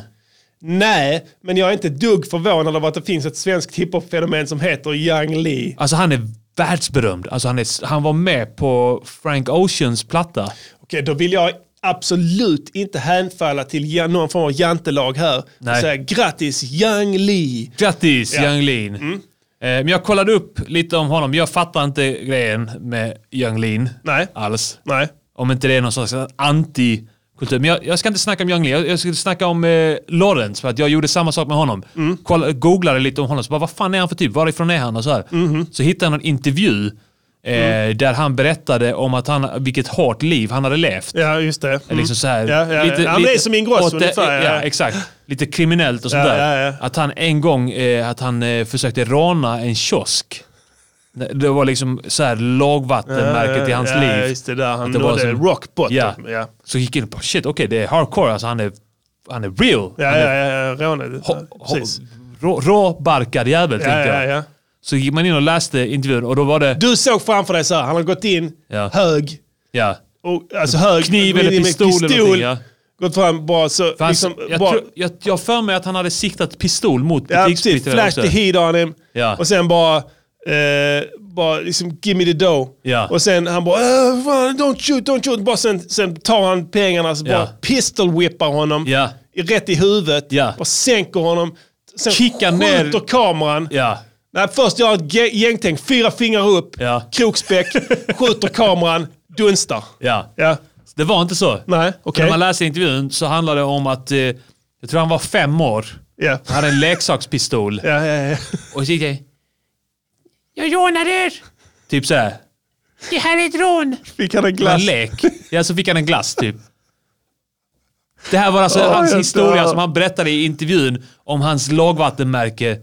Nej, men jag är inte ett dugg förvånad över att det finns ett svenskt hiphop-fenomen som heter Young Lee. Alltså han är världsberömd. Alltså han, är, han var med på Frank Oceans platta. Okej, då vill jag absolut inte hänfalla till ja- någon form av jantelag här. Nej. Nej. Säga, grattis Young Lee! Grattis Ja. Mm. Young Lean. Eh, men jag kollade upp lite om honom. Jag fattar inte grejen med Young Lean Nej. alls. Nej. Om inte det är någon slags antikultur. Men jag, jag ska inte snacka om Young Lean. Jag, jag skulle snacka om eh, Lawrence för att jag gjorde samma sak med honom. Mm. Kolla, googlade lite om honom. Så bara, vad fan är han för typ? Varifrån är han? Och så, här. Mm-hmm. så hittade jag en intervju eh, Mm. där han berättade om att han, vilket hårt liv han hade levt. Ja, just det. Mm. Liksom så här, ja, ja, ja. Han är som Ingrosso åt det- ungefär. Ja, Ja, exakt. Lite kriminellt och sånt Ja, där. ja, ja. Att han en gång eh, att han eh, försökte råna en kiosk. Det var liksom så här lågvattenmärket Ja, ja, i hans Mm. ja, liv. just det där. Han Att nådde rock bottom. Ja. Ja. Så gick jag in på shit, okej det är hardcore. Alltså han är, han är real. Ja, han ja, är ja, rånade. Precis. Rå, råbarkad jävel Ja, tänkte ja, jag. ja. Så gick man in och läste intervjun och då var det... Du såg framför dig så här, han har gått in Ja. hög, Ja. och, alltså hög, Kniv med- eller med pistol, eller någonting, ja. gått fram bara så... För han, Liksom, jag, bara, tror, jag, jag har för mig att han hade siktat pistol mot ja, precis, butiksbiträdet flash the heat on him. Ja. Och sen bara, eh, bara liksom give me the dough. Ja. Och sen han bara, "Äh, fan, don't shoot, don't shoot. Bara sen, sen tar han pengarna så bara Ja. pistol whippar honom Ja. i- rätt i huvudet. Ja. Bara sänker honom. Sen Kickar ner- skjuter kameran. Ja. Nej, först gör han ett gä- gängtänk, fyra fingrar upp, Ja. *laughs* krokspäck, skjuter kameran, dunstar. Ja. Ja. Det var inte så. Nej, För okej. När man läser intervjun så handlar det om att, eh, jag tror han var fem år. Ja. Han hade en leksakspistol. Ja, ja, *laughs* ja. Och så gick det, Jag rånar er! typ så här. Det här är ett rån! Fick han en En lek. Ja, så fick han en glass typ. Det här var alltså Åh, hans jag historia dör. som han berättade i intervjun om hans lågvattenmärke.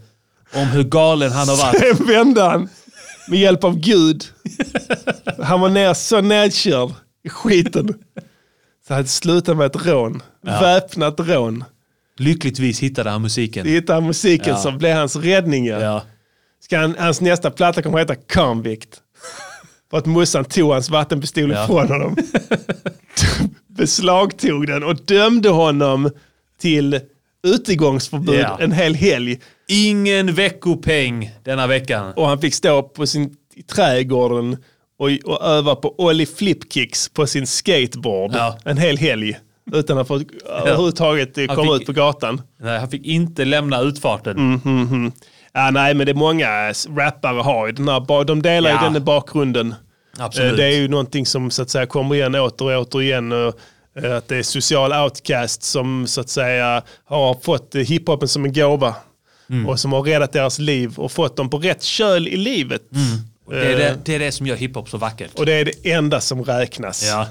om hur galen han har varit. Sen vände han med hjälp av Gud. Han var ner, så nedkörd i skiten. Så han slutade med ett rån. Ja. Väpnat rån. Lyckligtvis hittade han musiken. Hittade han musiken Ja. som blev hans räddning. Ja. Ska han, hans nästa platta kommer att heta Convict. För att morsan tog hans vattenpistol Ja. ifrån honom. Beslagtog den och dömde honom till utegångsförbud Ja. en hel helg. Ingen veckopeng denna veckan. Och han fick stå på sin, i trädgården och, och öva på ollie flipkicks på sin skateboard en hel helg. Utan att få, överhuvudtaget eh, Han komma fick- ut på gatan. Nej, han fick inte lämna utfarten. Mm, mm, mm. Ja, nej, men det är många s- rappare har ju den här, ba- de delar ju Ja. den här bakgrunden. Absolut. Eh, Det är ju någonting som så att säga kommer igen åter och åter igen. eh, eh, Att det är social outcast som så att säga har fått eh, hiphopen som en gåva. Mm. Och som har räddat deras liv och fått dem på rätt köl i livet. Och Det, är Eh, det, det är det som gör hiphop så vackert. Och det är det enda som räknas. Ja.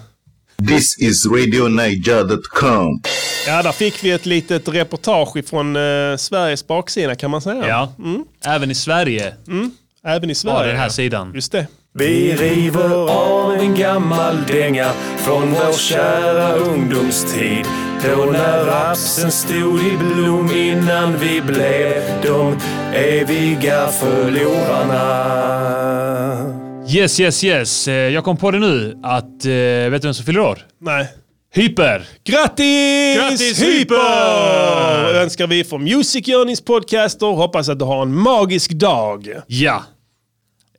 This is RadioNiger.com. Ja, där fick vi ett litet reportage från eh, Sveriges baksida kan man säga. Ja. Mm. Även i Sverige. Mm. Även i Sverige. Ja, den här sidan. Just det. Vi river av en gammal dänga från vår kära ungdomstid. Då när rapsen stod i blom innan vi blev de eviga förlorarna. Yes, yes, yes. Eh, Jag kom på det nu att, eh, vet du vem som fyller år? Nej. Hyper! Grattis! Grattis, Hyper! Hyper! Önskar vi från Music Journeys podcaster. Hoppas att du har en magisk dag. Ja.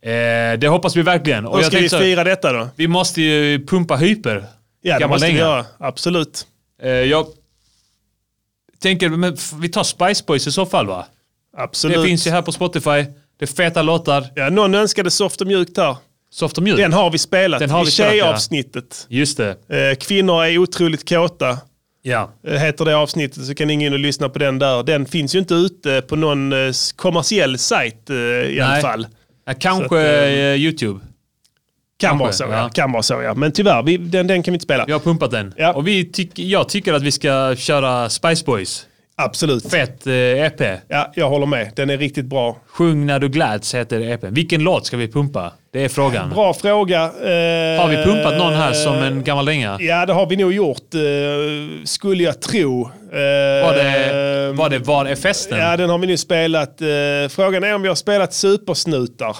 Eh, det hoppas vi verkligen. Och ska vi tänkte så- fira detta då? Vi måste ju pumpa hyper. Ja, det Gammal måste vi dänga. göra. Absolut. Eh, jag tänker, men f- vi tar Spice Boys i så fall va? Absolut. Det finns ju här på Spotify. Det är feta låtar. Ja, någon önskade soft och mjukt här. Soft och mjukt? Den har vi spelat Den har i vi spelat, ja. tjejavsnittet. Just det. Eh, Kvinnor är otroligt kåta. Ja. eh, heter det avsnittet så kan ingen och lyssna på den där. Den finns ju inte ute på någon eh, s- kommersiell sajt eh, i alla Nej. fall. Ja, kanske Så att, eh, eh, YouTube. Kan vara så, ja. Kan vara så, ja. Men tyvärr, vi, den, den kan vi inte spela. Vi har pumpat den. Och vi tyck, jag tycker att vi ska köra Spice Boys. Absolut. Fett eh, EP. Ja, jag håller med. Den är riktigt bra. Sjung när du gläds heter EPn. Vilken låt ska vi pumpa? Det är frågan. Bra fråga. Eh, Har vi pumpat någon här som en gammal dänga? Ja, det har vi nog gjort, eh, skulle jag tro. Eh, Var det, var det Var är festen? Ehm, Ja, den har vi nu spelat. Eh, frågan är om vi har spelat supersnutar.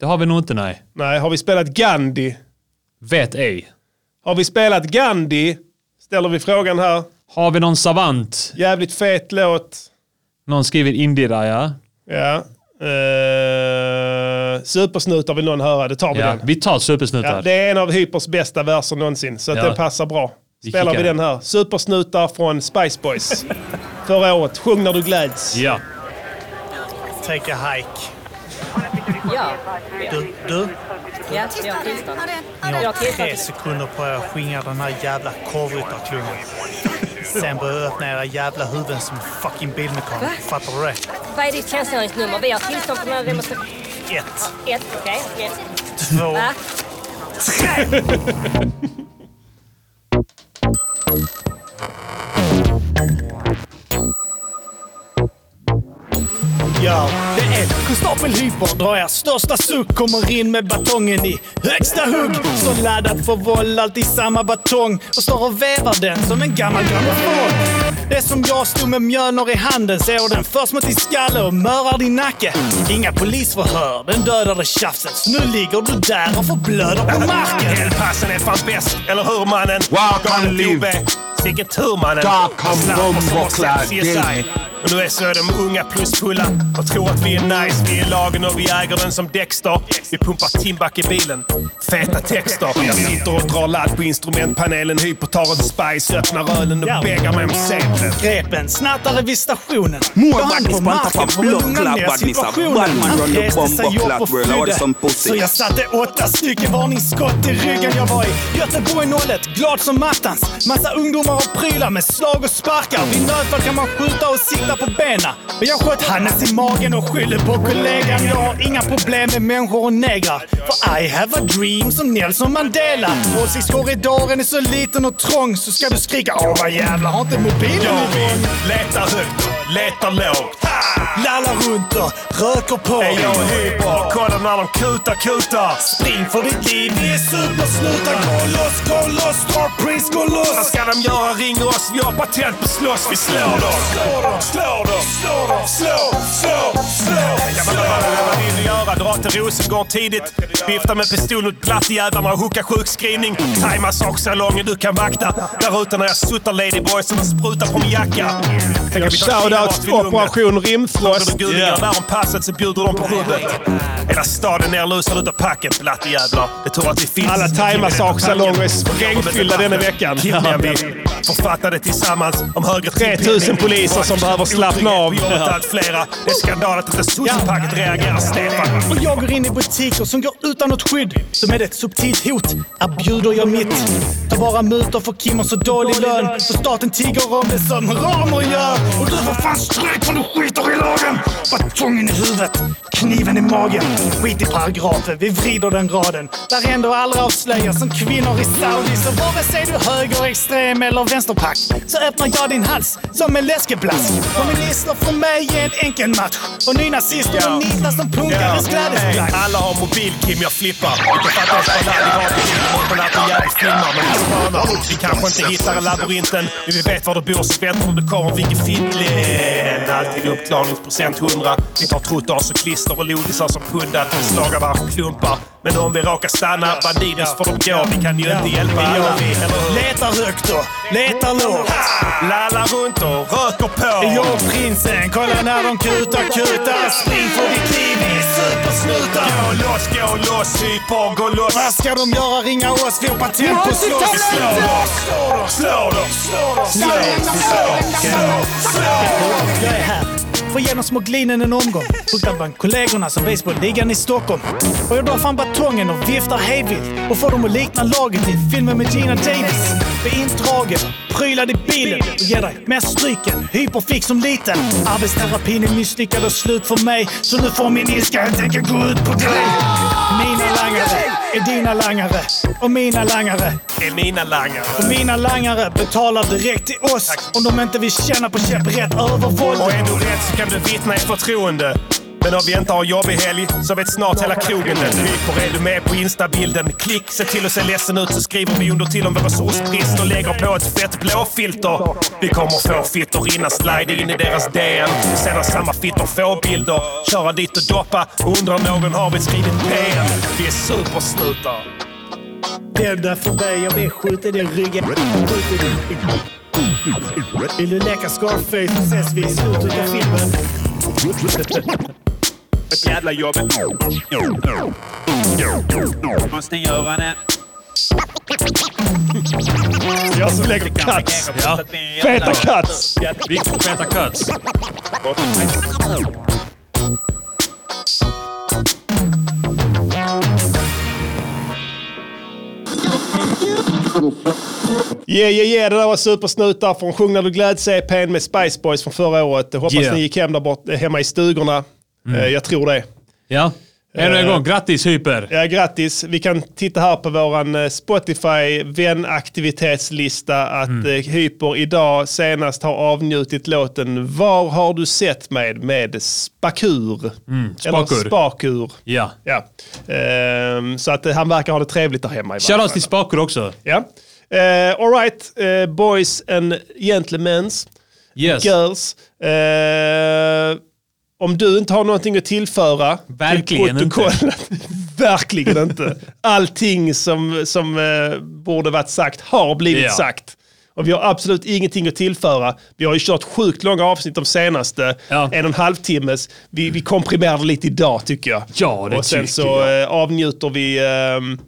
Det har vi nog inte, nej. Nej, har vi spelat Gandhi? Vet ej. Har vi spelat Gandhi? Ställer vi frågan här. Har vi någon savant? Jävligt fet låt. Någon skriver Indira, ja. Ja. Eh, supersnutar vill någon höra, det tar vi ja. den. Vi tar Ja, supersnutar. det är en av Hypers bästa verser någonsin, så att Ja. den passar bra. Vi Spelar vi kickar. den här. Supersnutar från Spice Boys. Förra året. Sjung när du gläds. Ja. Take a hike. Ja. Du, du, Ja, jag har tillstånd. ni Jag har har tre tillstånd. sekunder på er att skingra den här jävla korvryttarklungan. Sen börjar jag öppna era jävla huvuden er som en fucking bilmekaniker. Fattar du det? Vad är ditt tjänstgöringsnummer? Vi har tillstånd för den här demonstrationen. Ett. Ett, okej. Okay. Två. Tre! Ja, det är Konstapel Hyper drar er största suck, kommer in med batongen i högsta hugg. Så laddad för våld, alltid samma batong och står och vevar den som en gammal grammofon. Det är som jag stod med mjölnor i handen, ser den först mot din skalle och mörar din nacke. Inga polisförhör, den dödade tjafset. Nu ligger du där och förblöder på marken. Elpassen är fan bäst, eller hur mannen? Welcome Love! Vilken tur mannen! Där kom Slapp de som har vackla sett CSI. dig. Och nu är så de unga plusfulla och tror att vi är nice. Vi är lagen och vi äger den som Dexter. Vi pumpar Timbuk i bilen. Feta texter. Jag sitter och drar ladd på instrumentpanelen. Hyper tar en spice, öppnar ölen och bägar mig om sepet. Grepen snattare vid stationen. More Då han badness, på man marken tappa för att blood lugna ner clot badness, situationen. a bad man Han run the reste sig bomb upp clot och world, I want flydde. some pussy. Så jag satte åtta stycken varningsskott i ryggen. Jag var i Göteborg 01, glad som attans. Massa ungdomar och prylar med slag och sparkar. Vid nödfall kan man skjuta och sikta på benen. Men jag sköt Hannes i magen och skyller på kollegan. Jag har inga problem med människor och negrar. För I have a dream som Nelson Mandela. Åsiktskorridoren är så liten och trång så ska du skrika Åh vad jävlar, har inte mobilen igång? Letar högt, letar lågt. Lallar runt och röker på. Är jag hyper? Kolla när de kutar, kutar. Spring för ditt liv, vi är supersnutar. Gå loss, gå loss, dra Prince, gå loss. Vad ska de göra? Ring oss, vi har patent på slåss. Vi slår dem, slår dem, slår dem, slår dem, slår, slår, slår. Ja, men vad- vad- Vad vill du göra? Dra till Rosengård tidigt. Vifta med pistol mot plattjävlarna och hooka sjukskrivning. Tajma saksalongen du kan vakta. Där ute när jag suttar ladyboys som sprutar på min jacka. Tänk att vi tar Shoutout knivar vid lungen. Operation Pratar Rimfrost. du gulingar där om passet så bjuder de på rubbet. Hela staden nerlusad utav packet, blattejävlar. Det är tur att vi finns. Alla thaimassagesalonger är sprängfyllda denna veckan. Killen vi författade tillsammans om högre 3000 poliser som behöver slappna av. Ja. Allt flera. Det är skandal att inte sossepacket reagerar, Stefan. Och jag går in i butiker som går utan något skydd. Så med ett subtilt hot erbjuder jag mitt. Tar bara mutor för Kim och så dålig lön. För staten tigger om det som ramer gör. Och du får fan stryk om du skiter i lagen. Batongen i huvudet, kniven i magen. Skit i paragrafen, vi vrider den raden. Varenda och alla avslöjas som kvinnor i Saudi. Så vare sig du högerextrem eller vänsterpack så öppnar jag din hals som en läskeblask. Kommunister från mig är en enkel match. Och nynazister och nitar som punkares Hey, glädjesplagg. alla har mobil Kim, jag flippar. Jag fattar inte vad ladd i gatan är på jävligt filmar, men vi spanar. Vi kanske inte hittar labyrinten, men vi vet var du bor så väntar du kommer. Vilken fittlän! Alltid uppklarningsprocent 100. Vi tar truttar, cyklister och lodisar som pundat. Slag av arschklumpar. Men om vi råkar stanna, Bandidos får de gå. Vi kan ju inte hjälpa alla. Letar högt och letar lågt. Lallar runt och röker på. Är jag prinsen? Kolla när de kutar, kutar. Spring för ditt liv, vi är supersnutar. Gå loss, gå loss, hyper, gå loss. Vad ska de göra? Ringa oss? Vi har patent på slåss. Vi slår dem, slår dem, slår dem, slår dem, slår dem, slår dem. Jag är här. Får ge de små glinen en omgång. Buktar bland kollegorna som baseballligan i Stockholm. Och jag drar fram batongen och viftar hejvilt. Och får dem att likna laget i filmen med Gina Davis. Blir indragen, prylad i bilen och ger dig mest stryken. Hyperfix som liten. Arbetsterapin är misslyckad och slut för mig. Så nu får min ilska helt enkelt gå ut på dig. Mina langare är dina langare. Och mina langare är mina langare. Och mina langare betalar direkt till oss om de inte vill känna på käpprätt övervåld. Och är du rädd så kan du vittna i förtroende. Men om vi inte har jobb i helg så vet snart hela krogen det. Hyper, är du med på instabilden? Klick, se till att se ledsen ut så skriver vi under till om vår resursbrist och lägger på ett fett blåfilter. Vi kommer få fittor innan slide in i deras DN. Sen har samma fittor få bilder. Köra dit och doppa. Undrar om någon har vi skrivit PM. Vi är supersnutar. Döda för dig, jag blir skjuten i ryggen. Skjuten i- Vill du leka Scarface så ses vi i slutet av filmen. Ett jävla jobb. Måste göra det. Jag som lägger cuts. Feta cuts. Viktigt feta cuts. Yeah, yeah, yeah. Det där var Supersnutar från Sjung när du gläds EPn med Spice Boys från förra året. Hoppas Yeah. ni gick hem där bort, eh, hemma i stugorna. Mm. Eh, Jag tror det. Ja, ännu en Eh, gång. Grattis Hyper! Ja, grattis. Vi kan titta här på våran eh, Spotify-vänaktivitetslista att mm. Hyper idag senast har avnjutit låten Var har du sett mig med Spakur. Mm, Eller Spakur. Spakur. Ja. Ja. Ehm, så att eh, han verkar ha det trevligt där hemma. i varje Shoutout fall. till Spakur också. Ja. Uh, Alright, boys and gentlemens. Yes. Girls. Eh, om du inte har någonting att tillföra Verkligen till inte. protokollet. *laughs* verkligen inte. Allting som, som eh, borde varit sagt har blivit Ja. sagt. Och vi har absolut ingenting att tillföra. Vi har ju kört sjukt långa avsnitt de senaste. En och en halv timmes. Vi, vi komprimerar lite idag tycker jag. Ja, det Och sen tycker så eh, avnjuter vi ehm,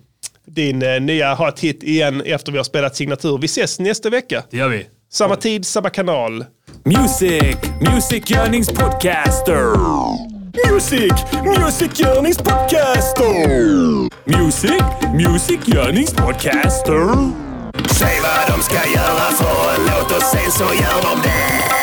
din eh, nya hot hit igen efter vi har spelat signatur. Vi ses nästa vecka. Det gör vi. Samma tid, samma kanal. Music, Music Yearnings Podcaster. Music, Music Yearnings Podcaster. Music, Music Yearnings Podcaster. Säg vad de ska göra för en låt och sen så gör de det.